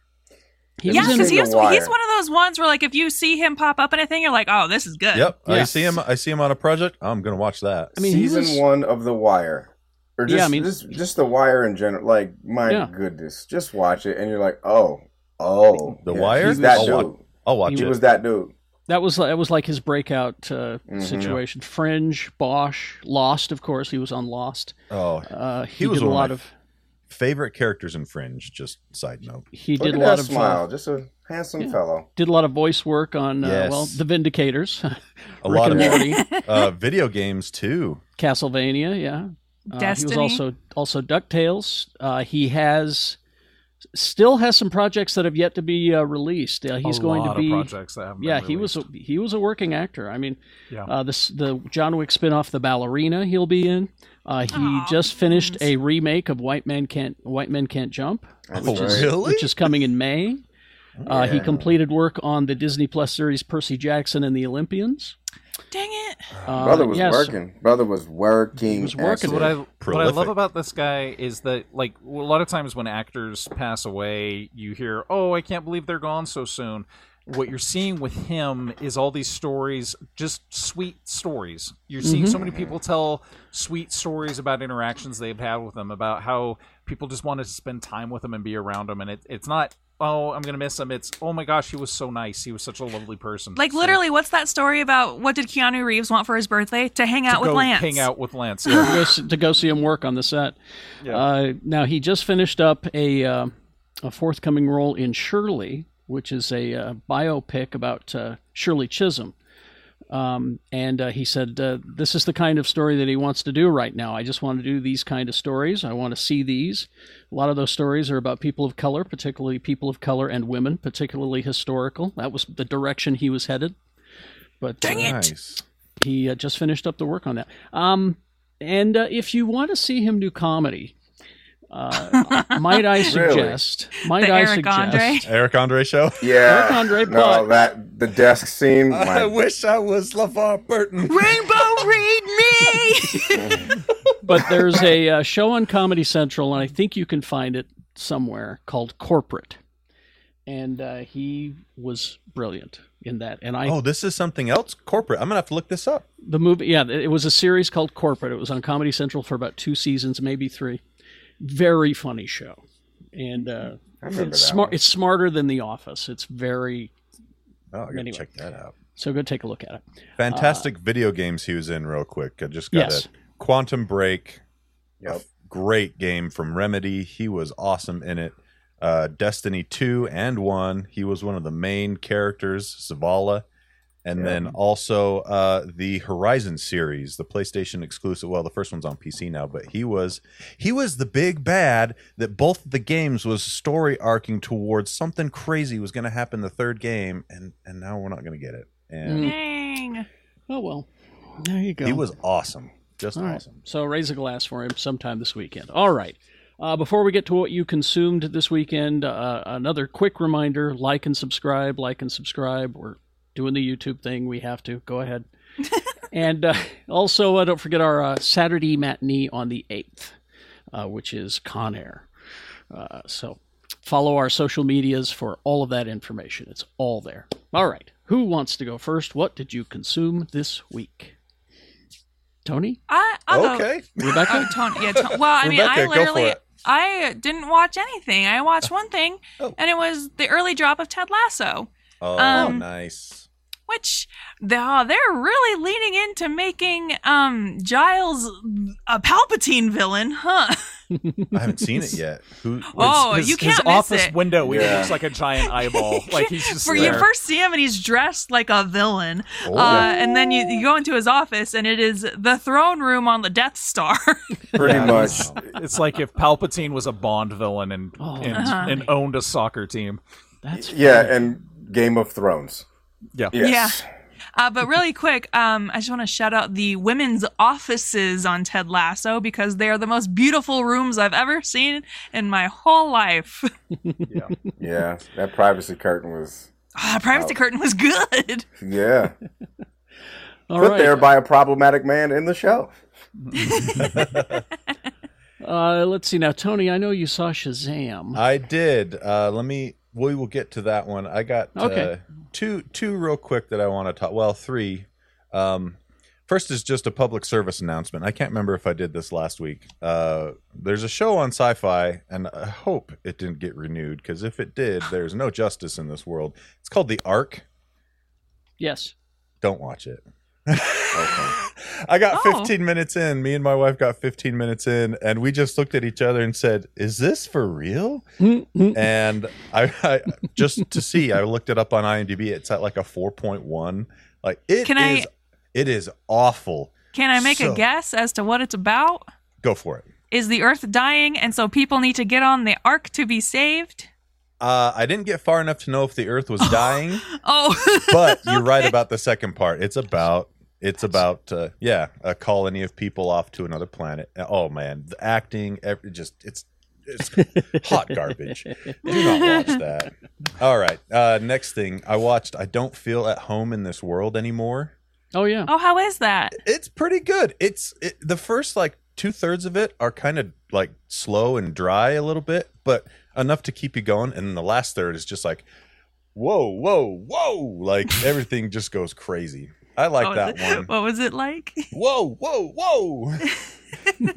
he yeah, was in because The he was, Wire. he's one of those ones where, like, if you see him pop up in a thing, you're like, oh, this is good. Yep. I Yeah. see him. I see him on a project. I'm gonna watch that. I mean, he season was- one of The Wire, or Yeah, just, I mean- just just The Wire in general. Like, my Yeah. goodness, just watch it, and you're like, oh, oh, The yeah, Wire? He's that I'll watch- dude. I'll watch He it. was that dude. that was that was like his breakout uh, Mhm. situation. Fringe, Bosch, Lost. Of course, he was on Lost. oh, Uh, he, He was did a one of lot my- of. favorite characters in Fringe. Just side note. He Look did a at lot that of smile. uh, just a handsome Yeah. fellow. did a lot of voice work on uh, Yes. well, The Vindicators, (laughs) A Rick lot and of Morty, (laughs) uh, video games too. Castlevania. Yeah, Uh, he Destiny. was also also Ducktales. Uh, he has still has some projects that have yet to be uh, released. Uh, he's a going lot to be of projects that haven't been yeah. He was a, released. he was a working actor. I mean, Yeah. uh, this the John Wick spinoff, The Ballerina. He'll be in. Uh, he Aw, just finished nice. a remake of White Man Can't White Men Can't Jump, That's Oh, right. really? which is coming in May. Uh, He Oh, Yeah. completed work on the Disney Plus series Percy Jackson and the Olympians. Dang it. Uh, Brother was yes. working. Brother was working. He was working. So what I what I love Prolific. about this guy is that like a lot of times when actors pass away, you hear, "Oh, I can't believe they're gone so soon." What you're seeing with him is all these stories, just sweet stories. You're seeing so many people tell sweet stories about interactions they've had with him, about how people just wanted to spend time with him and be around him, and it, it's not. Oh, I'm gonna miss him. It's oh my gosh, he was so nice. He was such a lovely person. Like, So- literally, what's that story about what did Keanu Reeves want for his birthday? To hang out to with go Lance. Hang out with Lance. to, Yeah. go, s- to go see him work on the set. Uh, now he just finished up a uh, a forthcoming role in Shirley, which is a uh, biopic about uh, Shirley Chisholm. Um, and uh, he said, uh, This is the kind of story that he wants to do right now. I just want to do these kind of stories. I want to see these. A lot of those stories are about people of color, particularly people of color and women, particularly historical. That was the direction he was headed. But uh, nice. he uh, just finished up the work on that. Um, and uh, if you want to see him do comedy, uh, (laughs) might I suggest? Might The I Eric suggest? Andre? Eric Andre show. (laughs) Yeah. Eric Andre no, Pott. that the desk scene. I my- wish I was LeVar Burton. Rainbow read me. But there's a uh, show on Comedy Central, and I think you can find it somewhere called Corporate. And uh, he was brilliant in that. And I, Oh, this is something else. Corporate. I'm gonna have to look this up. the movie, yeah, it was a series called Corporate. It was on Comedy Central for about two seasons, maybe three. Very funny show, and uh, I remember it's that smart. one. It's smarter than The Office. It's very Oh, I gotta Anyway. check that out. so go take a look at it. Fantastic video games he was in, real quick. I just got Uh, Yes. it. Quantum Break. Yep. Great game from Remedy. He was awesome in it. Uh, Destiny 2 and 1. He was one of the main characters, Zavala. And Yeah. then also uh, the Horizon series, the PlayStation exclusive. Well, the first one's on PC now, but he was he was the big bad that both of the games was story arcing towards something crazy was going to happen the third game, and and now we're not going to get it. And (laughs) Dang. Oh well, there you Mm. go. he was awesome. Just All right. awesome. So raise a glass for him sometime this weekend. All right. Uh, before we get to what you consumed this weekend, uh, another quick reminder: like and subscribe, like and subscribe. We're doing the YouTube thing. We have to. Go ahead. and uh, also, uh, don't forget our uh, Saturday matinee on the eighth, uh, which is Con Air. Uh, so follow our social medias for all of that information. It's all there. All right. Who wants to go first? What did you consume this week? Tony, I, I'll go- okay. Oh, Rebecca. Tony. Yeah, Tony. Well, I mean, Rebecca, I go for literally, it. I didn't watch anything. I watched one thing, Oh. and it was the early drop of Ted Lasso, Oh, Um, nice. which they, oh, they're really leaning into making um, Giles a Palpatine villain, huh? (laughs) I haven't seen it yet. Who? (laughs) Oh, his, you can't his miss office it. window it Yeah. looks like a giant eyeball. like he's just Where (laughs) you there. first see him and he's dressed like a villain, Oh. uh, and then you, you go into his office and it is the throne room on the Death Star. (laughs) Pretty much. it's like if Palpatine was a Bond villain and Oh, and, Uh-huh. and owned a soccer team. That's Yeah, and Game of Thrones. Yeah. Yes. Uh, but really quick, um, I just want to shout out the women's offices on Ted Lasso because they are the most beautiful rooms I've ever seen in my whole life. (laughs) Yeah. That privacy curtain was. Ah, privacy curtain was good. (laughs) Yeah. all Put right. there by a problematic man in the show. Uh, let's see now, Tony. I know you saw Shazam. I did. Uh, let me. We will get to that one. I got Okay. uh, two two real quick that I want to talk. Well, three. Um, first is just a public service announcement. I can't remember if I did this last week. Uh, there's a show on Sci-Fi, and I hope it didn't get renewed because if it did, there's no justice in this world. It's called The Ark. (laughs) yes. Don't watch it. (laughs) I got Oh. 15 minutes in. Me and my wife got 15 minutes in, and we just looked at each other and said, "Is this for real?" Mm-mm. and I, I just to see, I looked it up on IMDb. It's at like a 4.1. Like it is, Can I- it is awful. Can I make So- a guess as to what it's about? Go for it. Is the earth dying and so people need to get on the ark to be saved? Uh, I didn't get far enough to know if the Earth (laughs) was dying, Oh, (laughs) but you're right about the second part. It's about it's about uh, yeah, a colony of people off to another planet. Oh man, the acting, ev- just it's it's hot garbage. Do not watch that. All right. Uh, next thing I watched, I don't feel at home in this world anymore. Oh yeah. oh, how is that? it's pretty good. It's it, the first like two thirds of it are kind of like slow and dry a little bit, but enough to keep you going. And the last third is just like, whoa, whoa, whoa! Like everything just goes crazy. I like what, was that it- (laughs) one. Oh, what was it like? Whoa, whoa, whoa!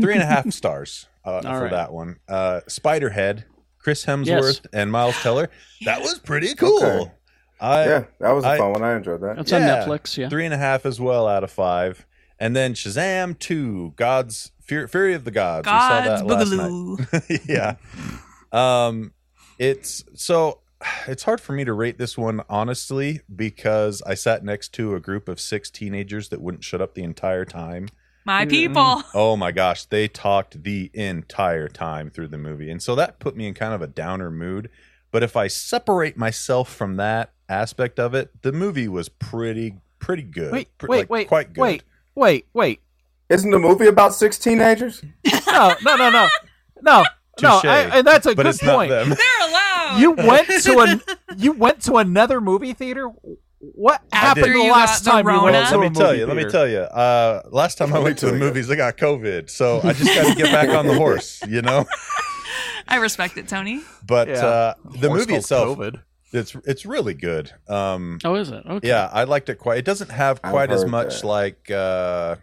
Three and a half stars uh, for All right. that one. Uh, Spiderhead, Chris Hemsworth, and Miles Teller. That was pretty cool. Okay. I yeah, that was a I- fun one. I enjoyed that. That's yeah. on Netflix. Yeah. three and a half as well out of five. And then Shazam two, God's Fury, Fury of the Gods. we saw (laughs) God's that last boogaloo. night. yeah. Um, it's so it's hard for me to rate this one honestly because I sat next to a group of six teenagers that wouldn't shut up the entire time. My people. Oh my gosh, they talked the entire time through the movie. And so that put me in kind of a downer mood. But if I separate myself from that aspect of it, the movie was pretty pretty good. Wait, Uh, Pr- wait, like, wait, quite good. wait, wait, wait. Isn't the movie about six teenagers? No, no, no, (laughs) no, no, no. Touche, I, and that's a but good it's point. (laughs) not them. They're allowed. (laughs) You went to a you went to another movie theater. What happened did. the You last got the time you went Rona? to Well, let me a tell movie you. Let me theater? tell you. Uh, last time I went to the movies, I got COVID, so (laughs) I just got to get back on the horse. You know, I respect it, Tony. but Yeah. uh, the Horse movie called itself, COVID. it's it's really good. Um, Oh, is it? Okay. yeah, I liked it quite. It doesn't have I've quite as heard much that. like uh,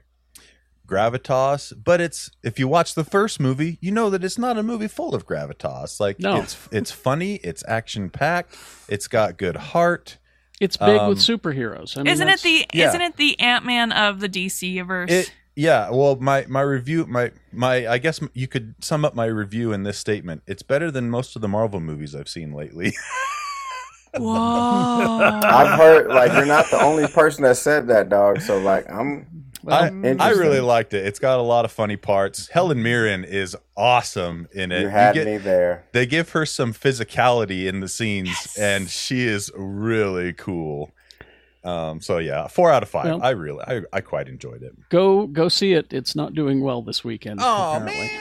gravitas, but it's if you watch the first movie, you know that it's not a movie full of gravitas. Like No. it's it's funny, it's action packed, it's got good heart. It's big Um, with superheroes. I mean, isn't it that's- the yeah. isn't it the Ant Man of the DC verse? It, yeah, well, my my review, my my, I guess you could sum up my review in this statement. It's better than most of the Marvel movies I've seen lately. (laughs) Whoa. I've heard like you're not the only person that said that, dog. So like I'm Well, I, I Interesting. really liked it. It's got a lot of funny parts. Helen Mirren is awesome in it. you had get- me there. They give her some physicality in the scenes, and she is really cool. Um, so yeah, four out of five. Well- I really, I, I quite enjoyed it. go go see it. It's not doing well this weekend. apparently.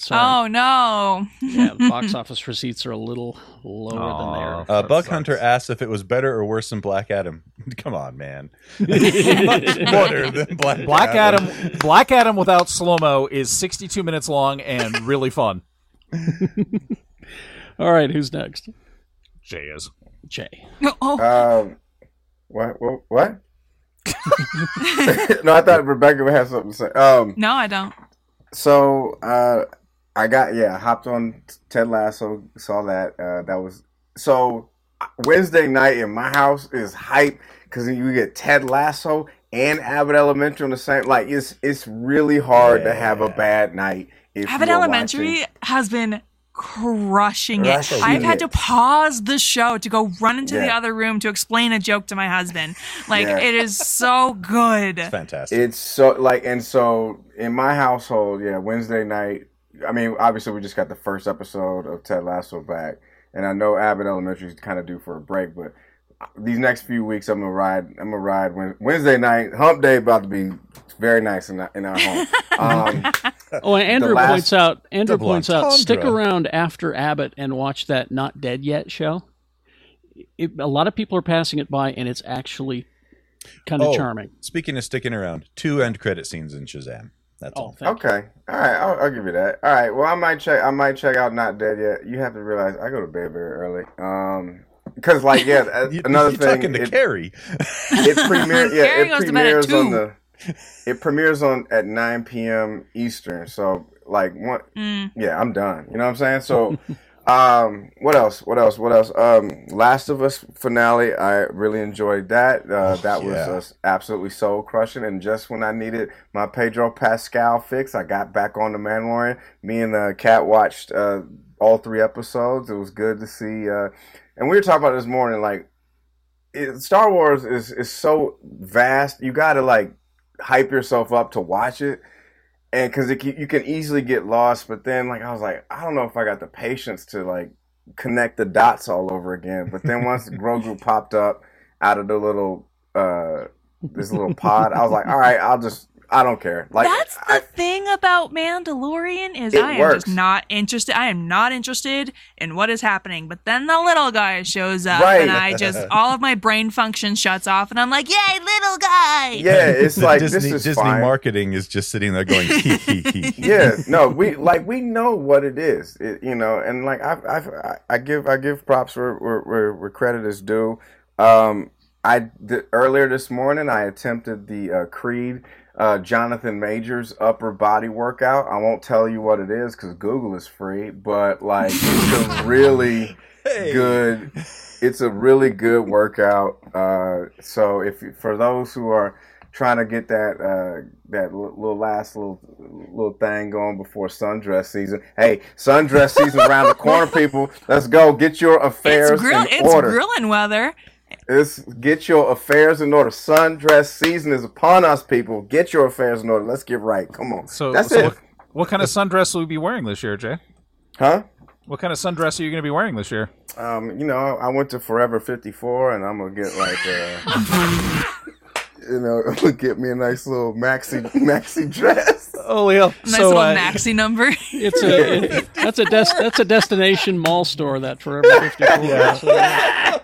Sorry. Oh no. (laughs) yeah, the box office receipts are a little lower than they are. Uh, That Bug sucks. Hunter asked if it was better or worse than Black Adam. Come on, man. Much better than Black, Black Adam, (laughs) Black Adam without slow mo is 62 minutes long and really fun. All right, who's next? (laughs) Jay is. Jay. Oh, Um, what what what? (laughs) no, I thought Rebecca would have something to say. Um, no, I don't. so uh, I got yeah, hopped on Ted Lasso, saw that. Uh, that was so Wednesday night in my house is hype because you get Ted Lasso and Abbott Elementary on the same. Like it's it's really hard to have a bad night. If Abbott you are Elementary has been crushing it. Crushing I've had it. to pause the show to go run into the Yeah. other room to explain a joke to my husband. Like Yeah. it is so (laughs) good. Fantastic. It's so like and so in my household, yeah, Wednesday night. I mean, obviously we just got the first episode of Ted Lasso back, and I know Abbott Elementary is kind of due for a break, but uh, these next few weeks I'm gonna ride. I'm gonna ride Wed- Wednesday night. Hump day about to be very nice in our, in our (laughs) home. Um, Oh, and Andrew last points out. Andrew double points out. Stick entendre. around after Abbott and watch that "Not Dead Yet" show. It, a lot of people are passing it by, and it's actually kind of Oh, charming. Speaking of sticking around, two end credit scenes in Shazam. That's Oh, all. thank you. okay, all right, I'll, I'll give you that. All right, well I might check. I might check out Not Dead Yet. You have to realize I go to bed very early. Um, because (laughs) like yeah, You, another you're thing. talking to it- Carrie. (laughs) it premieres. Yeah, Gary it goes to bed at premieres on two. the. It premieres on at 9 p.m. Eastern. So like one, Mm. yeah, I'm done. You know what I'm saying? So, um, what else? What else? What else? Um, Last of Us finale. I really enjoyed that. Uh, that was yeah. uh, absolutely soul crushing. And just when I needed my Pedro Pascal fix, I got back on the Mandalorian. Me and the cat watched uh, all three episodes. It was good to see. Uh, and we were talking about this morning, like. It, Star Wars is, is so vast. You got to like hype yourself up to watch it and because you can easily get lost but then like i was like i don't know if i got the patience to like connect the dots all over again but (laughs) then once grogu popped up out of the little uh this little pod i was like all right i'll just i don't care like That's the I- thing about Mandalorian is It I am works. just not interested. I am not interested in what is happening. But then the little guy shows up, Right. and I (laughs) just all of my brain function shuts off, and I'm like, "Yay, little guy!" yeah it's The like Disney, this is Disney fine. marketing is just sitting there going, hee, hee, hee, hee. yeah no we like we know what it is it, you know and like I've, I've I- i give i give props where where, where, where credit is due um i did, earlier this morning i attempted the uh, creed uh, jonathan majors upper body workout i won't tell you what it is because google is free but like it's a really Hey. good it's a really good workout uh, so if you- for those who are trying to get that uh, that l- little last little little thing going before sundress season. Hey, sundress season around the corner, people. Let's go get your affairs it's grill, in it's order. grilling weather. Let's get your affairs in order. Sundress season is upon us, people. Get your affairs in order. Let's get right. Come on. So that's so it, What, what kind of sundress will we be wearing this year, Jay? huh? What kind of sundress are you going to be wearing this year? Um, you know, I went to Forever 54, and I'm gonna get like, uh, you know, (laughs) I'm gonna get me a nice little maxi (laughs) maxi dress. Oh, Leo. Nice little maxi (laughs) number. (laughs) It's a it- that's a des- that's a destination mall store that Forever 54. is.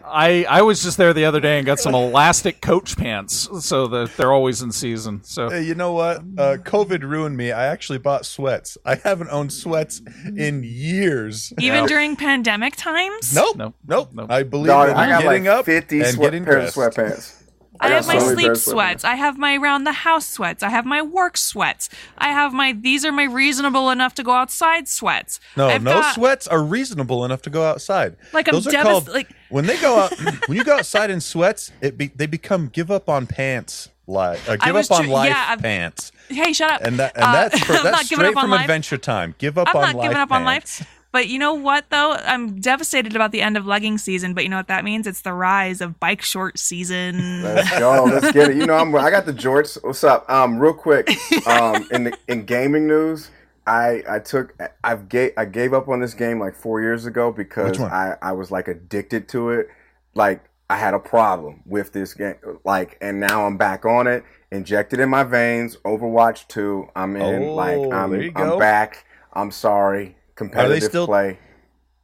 I I was just there the other day and got some elastic coach pants, so that they're always in season. So Hey, you know what? Mm. Uh, COVID ruined me. I actually bought sweats. I haven't owned sweats Mm. in (laughs) years. Even during pandemic times, Nope. Nope. Nope. Nope. Nope. I believe Dog, in I got getting like up 50 and sweat- getting pairs dressed. of sweatpants. I, got have my so many sleep pairs of sweatpants. sweats. I have my round the house sweats. I have my work sweats. I have my these are my reasonable enough to go outside sweats. No, I've no got- sweats are reasonable enough to go outside. Like, I'm Those are devast- called like- when they go out. when you go outside in sweats, it be, they become give up on pants. Like uh, give was up on tr- life yeah, I've- pants, Hey, shut up. and that and Uh, that's (laughs) for, I'm that's not giving straight up on from life. Adventure Time. Give up I'm on not life. giving up on pants. life. But you know what though? I'm devastated about the end of legging season, but you know what that means? It's the rise of bike short season. Let's go. Let's get it. You know, I'm, I got the jorts. What's up? Um, real quick. Um, in the in gaming news, I I took I've gave I gave up on this game like four years ago because Which one? I I was like addicted to it. Like I had a problem with this game. Like, and now I'm back on it. Injected in my veins. Overwatch two. I'm in. Oh, like I'm there you go. I'm back. I'm sorry. Competitive still- play.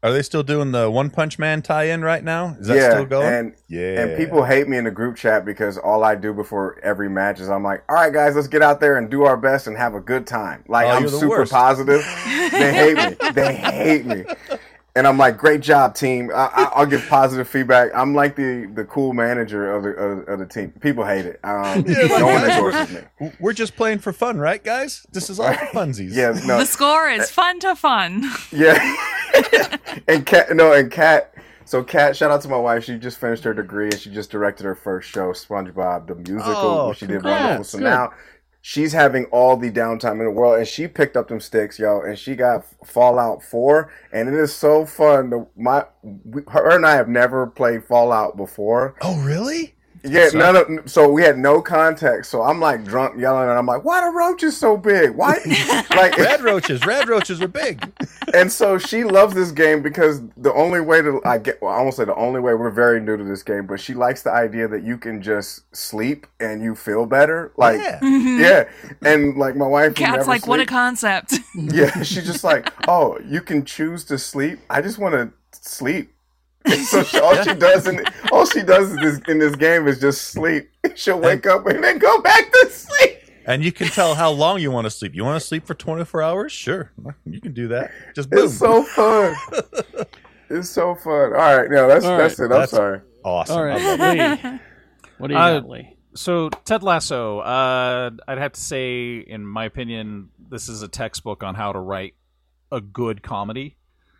Are they still doing the One Punch Man tie-in right now? Is that still going? And, Yeah. And people hate me in the group chat because all I do before every match is I'm like, all right, guys, let's get out there and do our best and have a good time. Like, Oh, I'm you're the super worst. (laughs) positive. They hate me. They hate me. And I'm like, great job, team. I, I, I'll give positive feedback. I'm like the, the cool manager of the of, of the team. People hate it. (laughs) Um, no one endorses me. W- We're just playing for fun, right, guys? This is all for funsies. Yeah, no, The score Eh. is fun to fun. Yeah. (laughs) and cat no, and cat so cat shout out to my wife. She just finished her degree and she just directed her first show, SpongeBob the musical, Oh, which she did congrats. wonderful. So Good. now she's having all the downtime in the world and she picked up them sticks, yo, and she got Fallout 4 and it is so fun. The- My we, her and I have never played Fallout before. Oh, (laughs) really? Yeah, none of so we had no context. So I'm like drunk yelling and I'm like, "Why the roach is so big? (laughs) Why?" like Rad roaches. Rad roaches are big. and so she loves this game because the only way to I get well, I won't say the only way we're very new to this game, but she likes the idea that you can just sleep and you feel better. (laughs) Like Yeah. yeah. and like my wife (laughs) Mm-hmm. who Cat's never like, what a sleep- concept. (laughs) yeah she's just like oh you can choose to sleep. I just want to sleep. (laughs) And so she, all she does in all she does in this, in this game is just sleep. (laughs) She'll wake up and then go back to sleep. And you can tell how long you want to sleep. You want to sleep for 24 hours? Sure. You can do that. Just boom. It's so fun. It's so fun. All right, no, that's All that's right, it. I'm that's- sorry. awesome. All right, Lee. What do you Uh, got, Lee? so Ted Lasso, uh, I'd have to say, in my opinion, this is a textbook on how to write a good comedy.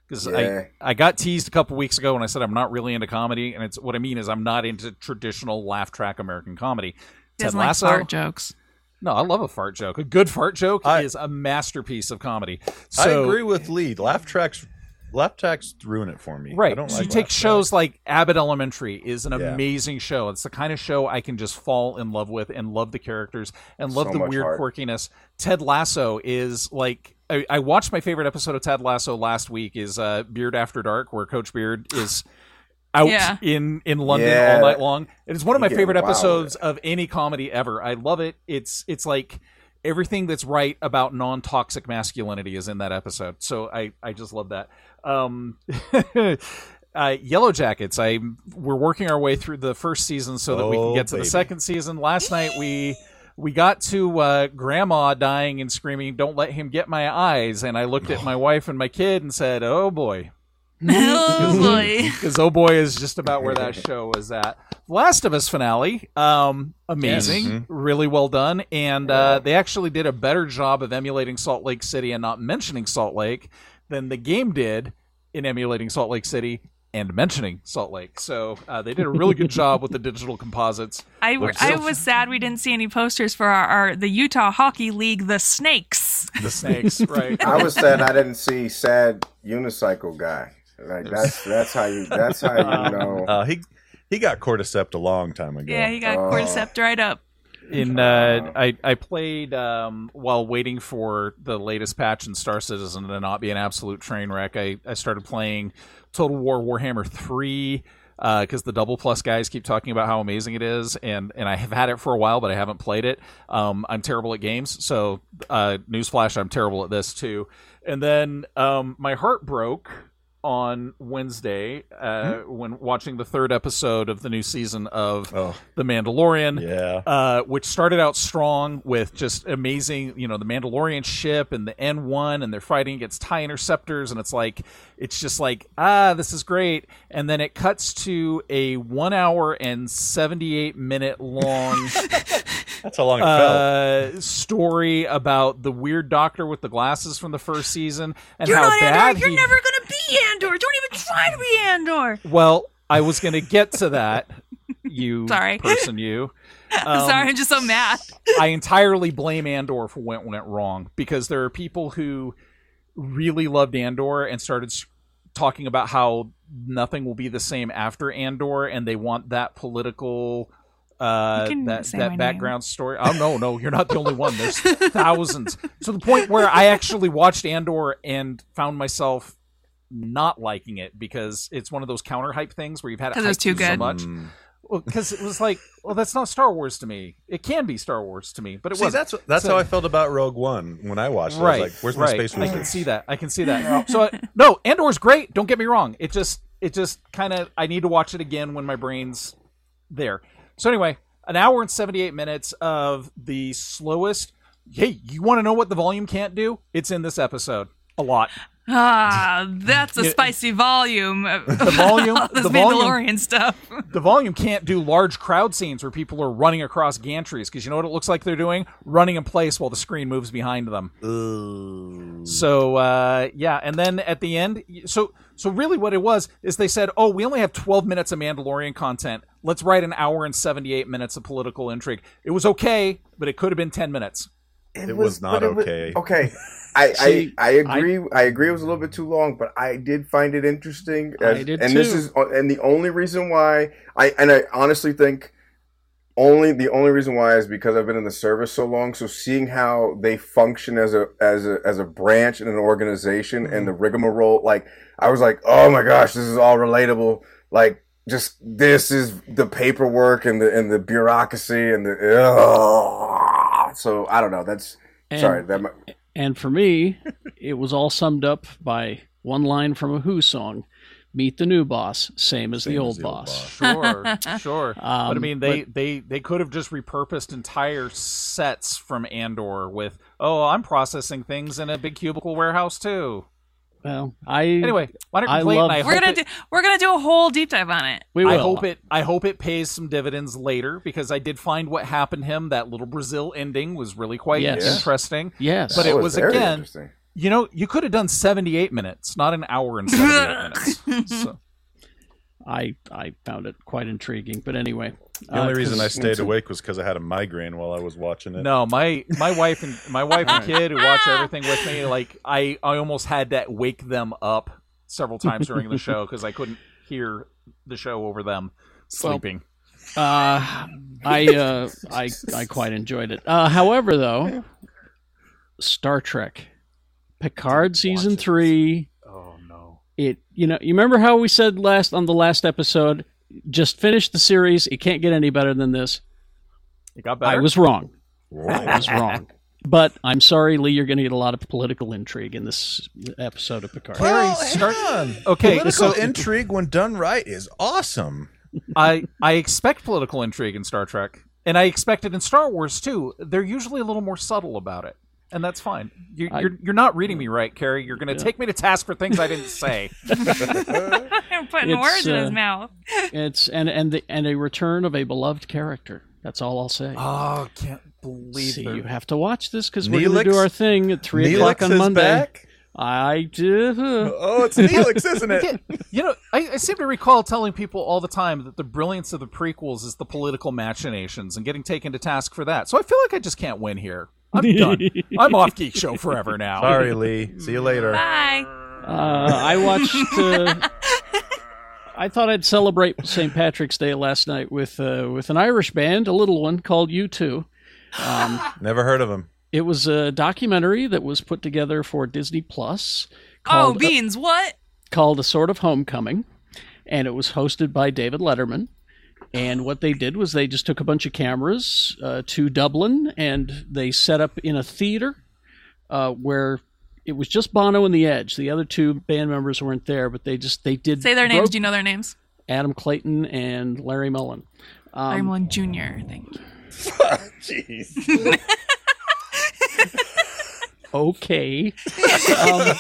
Because Yeah. I, I got teased a couple weeks ago when I said I'm not really into comedy, and it's what I mean is I'm not into traditional laugh track American comedy. Ted Doesn't like Lasso, fart (laughs) jokes. (laughs) no, I love a fart joke. A good fart joke I- is a masterpiece of comedy. So, I agree with Lee. Laugh tracks, laugh tracks ruin it for me. Right. I don't so like you take laugh shows like Abbott Elementary is an Yeah. amazing show. It's the kind of show I can just fall in love with and love the characters and love So the much weird heart. quirkiness. Ted Lasso is like I, I watched my favorite episode of Ted Lasso last week is uh, Beard After Dark where Coach Beard is out Yeah. in in London Yeah. all night long. It is one of You my get favorite wild with episodes of any comedy ever. I love it. It's it's like everything that's right about non-toxic masculinity is in that episode. So I I just love that. Um (laughs) Uh, Yellow Jackets. I we're working our way through the first season so that we can Oh, get to baby. the second season. Last night we we got to uh, Grandma dying and screaming, "Don't let him get my eyes!" And I looked at my wife and my kid and said, "Oh boy, oh boy. because oh boy is just about where that show was at last of us finale um amazing Yes. Mhm. really well done and uh they actually did a better job of emulating salt lake city and not mentioning salt lake than the game did in emulating salt lake city and mentioning Salt Lake. So uh, they did a really good job with the digital composites. I, w- I was sad we didn't see any posters for our, our the Utah Hockey League, the Snakes. The snakes, right? I was sad I didn't see sad unicycle guy. Like that's that's how you that's how you know. Uh, he he got cordyceps a long time ago. Yeah, he got Oh. cordyceps right up. In uh, I I played um, while waiting for the latest patch in Star Citizen to not be an absolute train wreck. I I started playing Total War Warhammer three. Because the double plus guys keep talking about how amazing it is, and, and I have had it for a while, but I haven't played it. Um, I'm terrible at games, so uh, newsflash, I'm terrible at this too. And then um, my heart broke on Wednesday uh, when watching the third episode of the new season of Hmm? Oh. The Mandalorian Yeah. uh, which started out strong with just amazing, you know, the Mandalorian ship and the N1, and they're fighting against TIE interceptors. And it's like, it's just like, ah, this is great. And then it cuts to a one hour and 78 (laughs) minute long That's how long it felt. uh, story about the weird doctor with the glasses from the first season and You're how not bad Andor. You're he never gonna be Andor. Don't even try to be Andor. Well, I was going to get to that. You Sorry. (laughs) person, you. I'm Um, sorry, I'm just so mad. I entirely blame Andor for what went wrong because there are people who really loved Andor and started s- talking about how nothing will be the same after Andor, and they want that political uh, You can that say my that name. background story. Oh no, no, you're not the only one. There's thousands (laughs) to the point where I actually watched Andor and found myself not liking it because it's one of those counter hype things where you've had it 'Cause it was hyped too you so good. much because it was like, well, that's not Star Wars to me. It can be Star Wars to me, but it See, wasn't. that's that's So- how I felt about Rogue One when I watched it. I was like, where's my right. space I can wizard? see that. I can see that. So uh, no, Andor's great. Don't get me wrong. It just it just kind of I need to watch it again when my brain's there. So anyway, an hour and 78 minutes of the slowest. Hey, you want to know what the volume can't do? It's in this episode. A lot. Ah, that's a Yeah. spicy volume. The volume- (laughs) this the volume- Mandalorian stuff. The volume can't do large crowd scenes where people are running across gantries because you know what it looks like they're doing? Running in place while the screen moves behind them. So uh, yeah, and then at the end, so so really, what it was is they said, "Oh, we only have 12 minutes of Mandalorian content. Let's write an hour and 78 minutes of political intrigue." It was okay, but it could have been 10 minutes. It was not but it was- okay. okay, I, See, I I agree. I, agree. It was a little bit too long, but I did find it interesting. I did and this too. is uh, and the only reason why I and I honestly think only the only reason why is because I've been in the service so long. So seeing how they function as a as a as a branch in an organization Mm-hmm. and the rigmarole, like I was like, oh my gosh, this is all relatable. Like just this is the paperwork and the and the bureaucracy and the ugh. so I don't know. That's And, sorry. That might, and for me, it was all summed up by one line from a Who song Meet the new boss, same as the Same as old the old boss. boss. Sure, (laughs) sure. but I Um, mean, they, they they could have just repurposed entire sets from Andor with, "Oh, I'm processing things in a big cubicle warehouse too." Well, I. Anyway, why don't you I play it? love- And I We're hope gonna it- do we're gonna do a whole deep dive on it. (laughs) we will. I hope it. I hope it pays some dividends later because I did find what happened to him. That little Brazil ending was really quite Yes. interesting. Yes. But That it was very again- interesting. You know, you could have done seventy-eight minutes, not an hour (laughs) and seventy-eight minutes. So, I, I found it quite intriguing. But anyway. uh, The only reason I stayed it's a- awake was because I had a migraine while I was watching it. no, my my wife and my wife and kid who watch everything with me, like I, I almost had to wake them up several times during the show because I couldn't hear the show over them sleeping. Uh, I, uh, I, I quite enjoyed it. Uh, however, though, Star Trek, Picard season three. Oh no! It you know you remember how we said last on the last episode, just finish the series. It can't get any better than this. it got better. I was wrong. I Whoa. was wrong. But I'm sorry, Lee. You're going to get a lot of political intrigue in this episode of Picard. Well, hang on. Okay, Political so- intrigue when done right is awesome. I I expect political intrigue in Star Trek, and I expect it in Star Wars too. They're usually a little more subtle about it, and that's fine. You, I- you're you're not reading me right, Carrie. You're going to take me to task for things I didn't say. I'm putting It's, words in uh, his mouth. It's and and the and a return of a beloved character. That's all I'll say. (laughs) oh, can't believe See, they're- you have to watch this because we're going Neelix- to do our thing at three Neelix o'clock on is Monday. back? I did. Oh, it's an helix, isn't it? You know, I, I seem to recall telling people all the time that the brilliance of the prequels is the political machinations and getting taken to task for that. So I feel like I just can't win here. I'm (laughs) done. I'm off Geek Show forever now. Sorry, Lee. See you later. (laughs) Bye. Uh, I watched. Uh, I thought I'd celebrate St. Patrick's Day last night with uh, with an Irish band, a little one called U2. Um, Never heard of him. it was a documentary that was put together for Disney Plus Oh, called beans. What? called A Sort of Homecoming, and it was hosted by David Letterman. And what they did was they just took a bunch of cameras uh, to Dublin and they set up in a theater uh, where it was just Bono and the Edge. The other two band members weren't there, but they just they did Say their names. broke- Do you know their names? Adam Clayton and Larry Mullen. I'm Um, one junior. Thank you. Jeez. okay. um,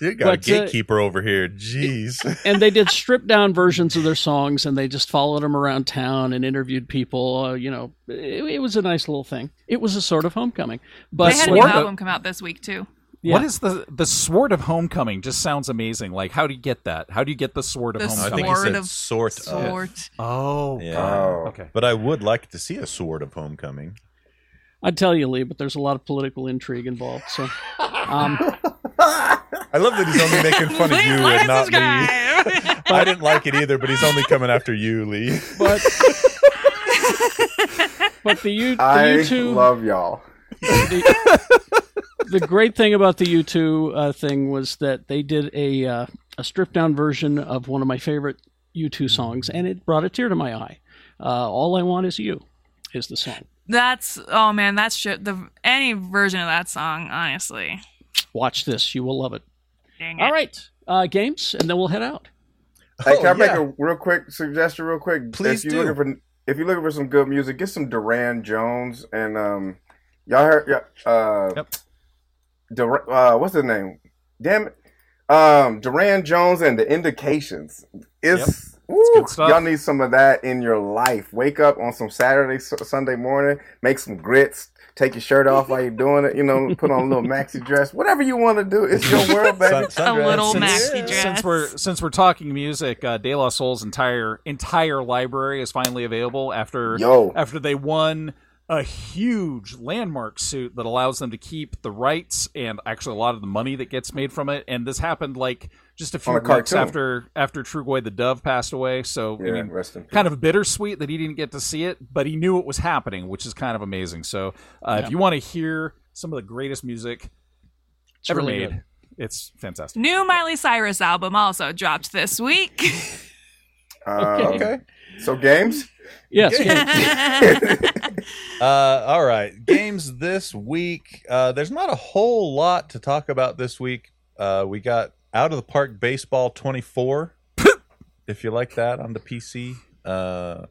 You got a But, uh, gatekeeper over here. Jeez. and they did stripped down versions of their songs and they just followed them around town and interviewed people uh, you know it, it was a nice little thing it was a sort of homecoming but They had a new Sort of. album come out this week too. yeah. What is the the sword of homecoming? Just sounds amazing. Like, how do you get that? How do you get the sword of The I homecoming? think he Sword said of- sort of. Sort. Oh, Yeah. God. Oh. okay. But I would like to see a sword of homecoming. i tell you lee but there's a lot of political intrigue involved so um, I love that he's only making fun of Please you like and and not me. subscribe. I didn't like it either, but he's only coming after you, Lee. (laughs) but but the you the I YouTube love y'all. the, the great thing about the U2 uh, thing was that they did a uh, a stripped down version of one of my favorite U2 songs, and it brought a tear to my eye. Uh, All I want is you is the song. (laughs) That's oh man, that's shit. The any version of that song, honestly. Watch this, you will love it. Dang it. All right, uh, games, and then we'll head out. Hey, can Oh, I make yeah. a real quick suggestion, real quick? Please if do. you're Looking for, if you're looking for some good music, get some Duran Jones and um, y'all heard, yeah, uh, Yep. Dur- uh, what's his name? Damn it, um, Duran Jones and the Indications. It's, woo, good stuff. y'all need some of that in your life. Wake up on some Saturday, S- Sunday morning, make some grits. Take your shirt off while you're doing it. You know, put on a little maxi dress. Whatever you want to do, it's your world, baby. (laughs) Sun- sundress. little Since- maxi dress. Since we're since we're talking music, uh, De La Soul's entire entire library is finally available after Yo. after they won a huge landmark suit that allows them to keep the rights and actually a lot of the money that gets made from it. And this happened like just a few On a weeks cartoon. after after Trugoy the Dove passed away. So I Yeah, mean, rest in peace. kind of bittersweet that he didn't get to see it, but he knew it was happening, which is kind of amazing. So uh, if you want to hear some of the greatest music It's ever really made, good. it's fantastic. New Miley Cyrus album also dropped this week. (laughs) Um, Okay. So games. Yes, (laughs) games. (laughs) Uh, all right, games this week. Uh, there's not a whole lot to talk about this week. Uh, we got out of the park baseball 24. if you like that on the PC, uh,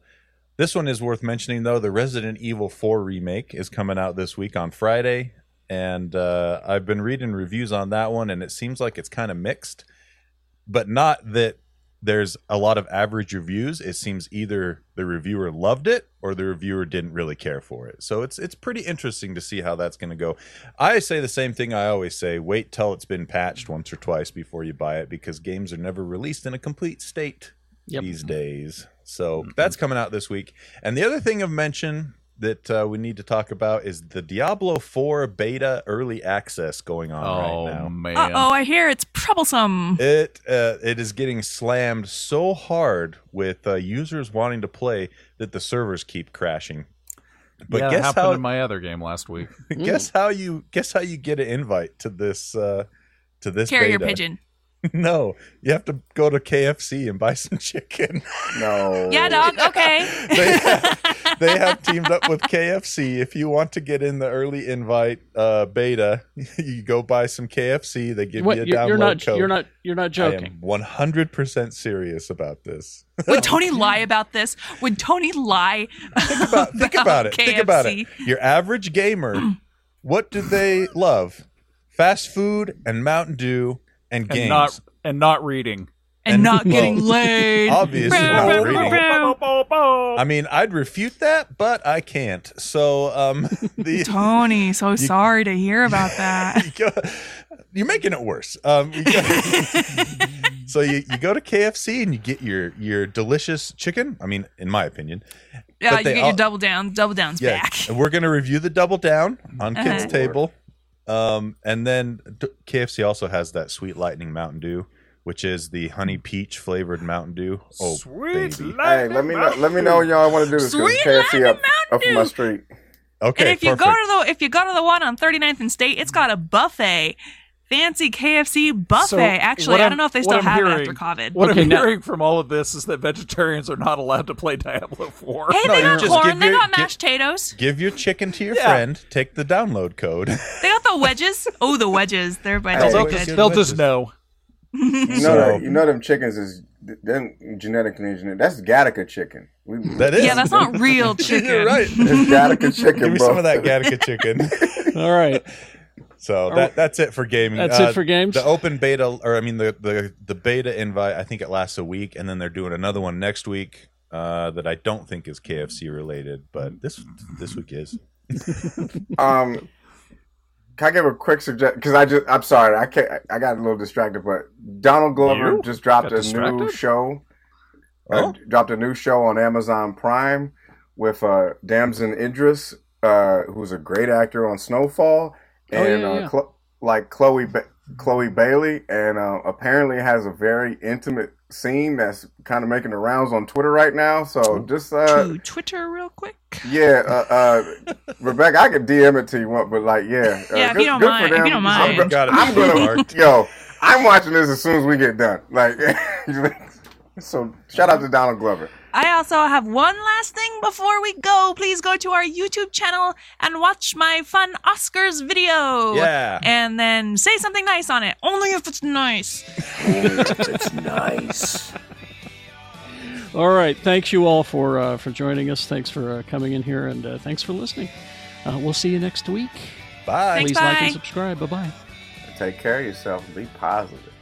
this one is worth mentioning though. The Resident Evil 4 remake is coming out this week on Friday, and uh, I've been reading reviews on that one, and it seems like it's kind of mixed, but not that there's a lot of average reviews. It seems either the reviewer loved it or the reviewer didn't really care for it. So it's it's pretty interesting to see how that's going to go. I say the same thing I always say: wait till it's been patched once or twice before you buy it, because games are never released in a complete state Yep. these days. So that's coming out this week. And the other thing of mention that uh, we need to talk about is the Diablo 4 beta early access going on right now. man. uh oh, I hear it's troublesome. It uh, it is getting slammed so hard with uh, users wanting to play that the servers keep crashing. But yeah, it guess happened how in my other game last week. Hmm. Mm-hmm. guess how you guess how you get an invite to this uh, to this Carrier beta. pigeon. (laughs) No, you have to go to KFC and buy (laughs) some chicken. No. (laughs) Yeah, dog. Okay. they, have, they have teamed up with KFC. If you want to get in the early invite uh, beta, (laughs) you go buy some KFC. They give What, you a you're, download you're not. code. You're not. You're not I joking. am 100% serious about this. Would Tony lie about this? Would Tony lie? Think about, think about it. Think about it. Your average gamer, what do they love? Fast food and Mountain Dew and games. (laughs) And not and not reading. (laughs) and, And- not getting well, laid. obviously Bow, not (laughs) bow, reading. bow, bow. I mean, I'd refute that, but I can't. So, um, (laughs) the Tony, so sorry to (laughs) hear about that. you're making it worse. Um, you go- (laughs) so you, you go to KFC and you get your your delicious chicken. I mean, in my opinion, Yeah, But you they get all- your double down. Double down's yeah. back. And we're gonna review the double down on Kids Uh-huh. Table, um, and then d- KFC also has that Sweet Lightning Mountain Dew, which is the honey peach flavored Mountain Dew. Oh, Sweet baby. Hey, let me know, let me know when y'all want to do this because Sweet KFC up, Lemon Mountain up from my Dew. street. Okay, and if you perfect. go to the if you go to the one on 39th and State, it's got a buffet, fancy KFC buffet. So, Actually, what I I'm- don't know if they what still I'm have it hearing- after COVID. What Okay, I'm now- hearing from all of this is that vegetarians are not allowed to play Diablo 4. Hey, No, they you got just give corn. They your- got get- mashed potatoes. Give your chicken to your Yeah. friend. Take the download code. They got the wedges. Oh, the wedges. They're my Those they're okay. good. They'll just know. You know So- that you know them chickens is them genetically engineered. That's Gattaca chicken. We, That is. Yeah, that's not real (laughs) chicken. You're right. It's Gattaca (laughs) chicken, Give me bro. some of that Gattaca chicken. (laughs) All right. So that that's it for gaming. That's Uh, it for games. The open beta, or I mean the, the the beta invite. I think it lasts a week, and then they're doing another one next week uh, that I don't think is KFC related, but this this week is. Um, can I give a quick suggestion? Because I just, I'm sorry, I can't, I got a little distracted, but Donald Glover You just dropped got a new distracted? show. Oh. Uh, dropped a new show on Amazon Prime with uh, Damson Idris, uh, who's a great actor on Snowfall, Oh, and yeah, uh, yeah. Clo- like Chloe ba- Chloe Bailey, and uh, apparently has a very intimate scene that's kind of making the rounds on Twitter right now. So just uh, To Twitter real quick. yeah, uh, uh, Rebecca, I could DM it to you, want, but like, yeah, uh, Yeah, if you don't for mind- if you them. don't mind. I'm, Got go- it. I'm gonna, Marked. yo, I'm watching this as soon as we get done. Like, (laughs) so shout out to Donald Glover. I also have one last thing before we go. Please go to our YouTube channel and watch my fun Oscars video. Yeah. And then say something nice on it. Only if it's nice. All right. Thanks you all for uh, for joining us. Thanks for uh, coming in here, and uh, thanks for listening. Uh, we'll see you next week. Bye. Thanks, Please like bye. and subscribe. Bye bye. Take care of yourself and be positive.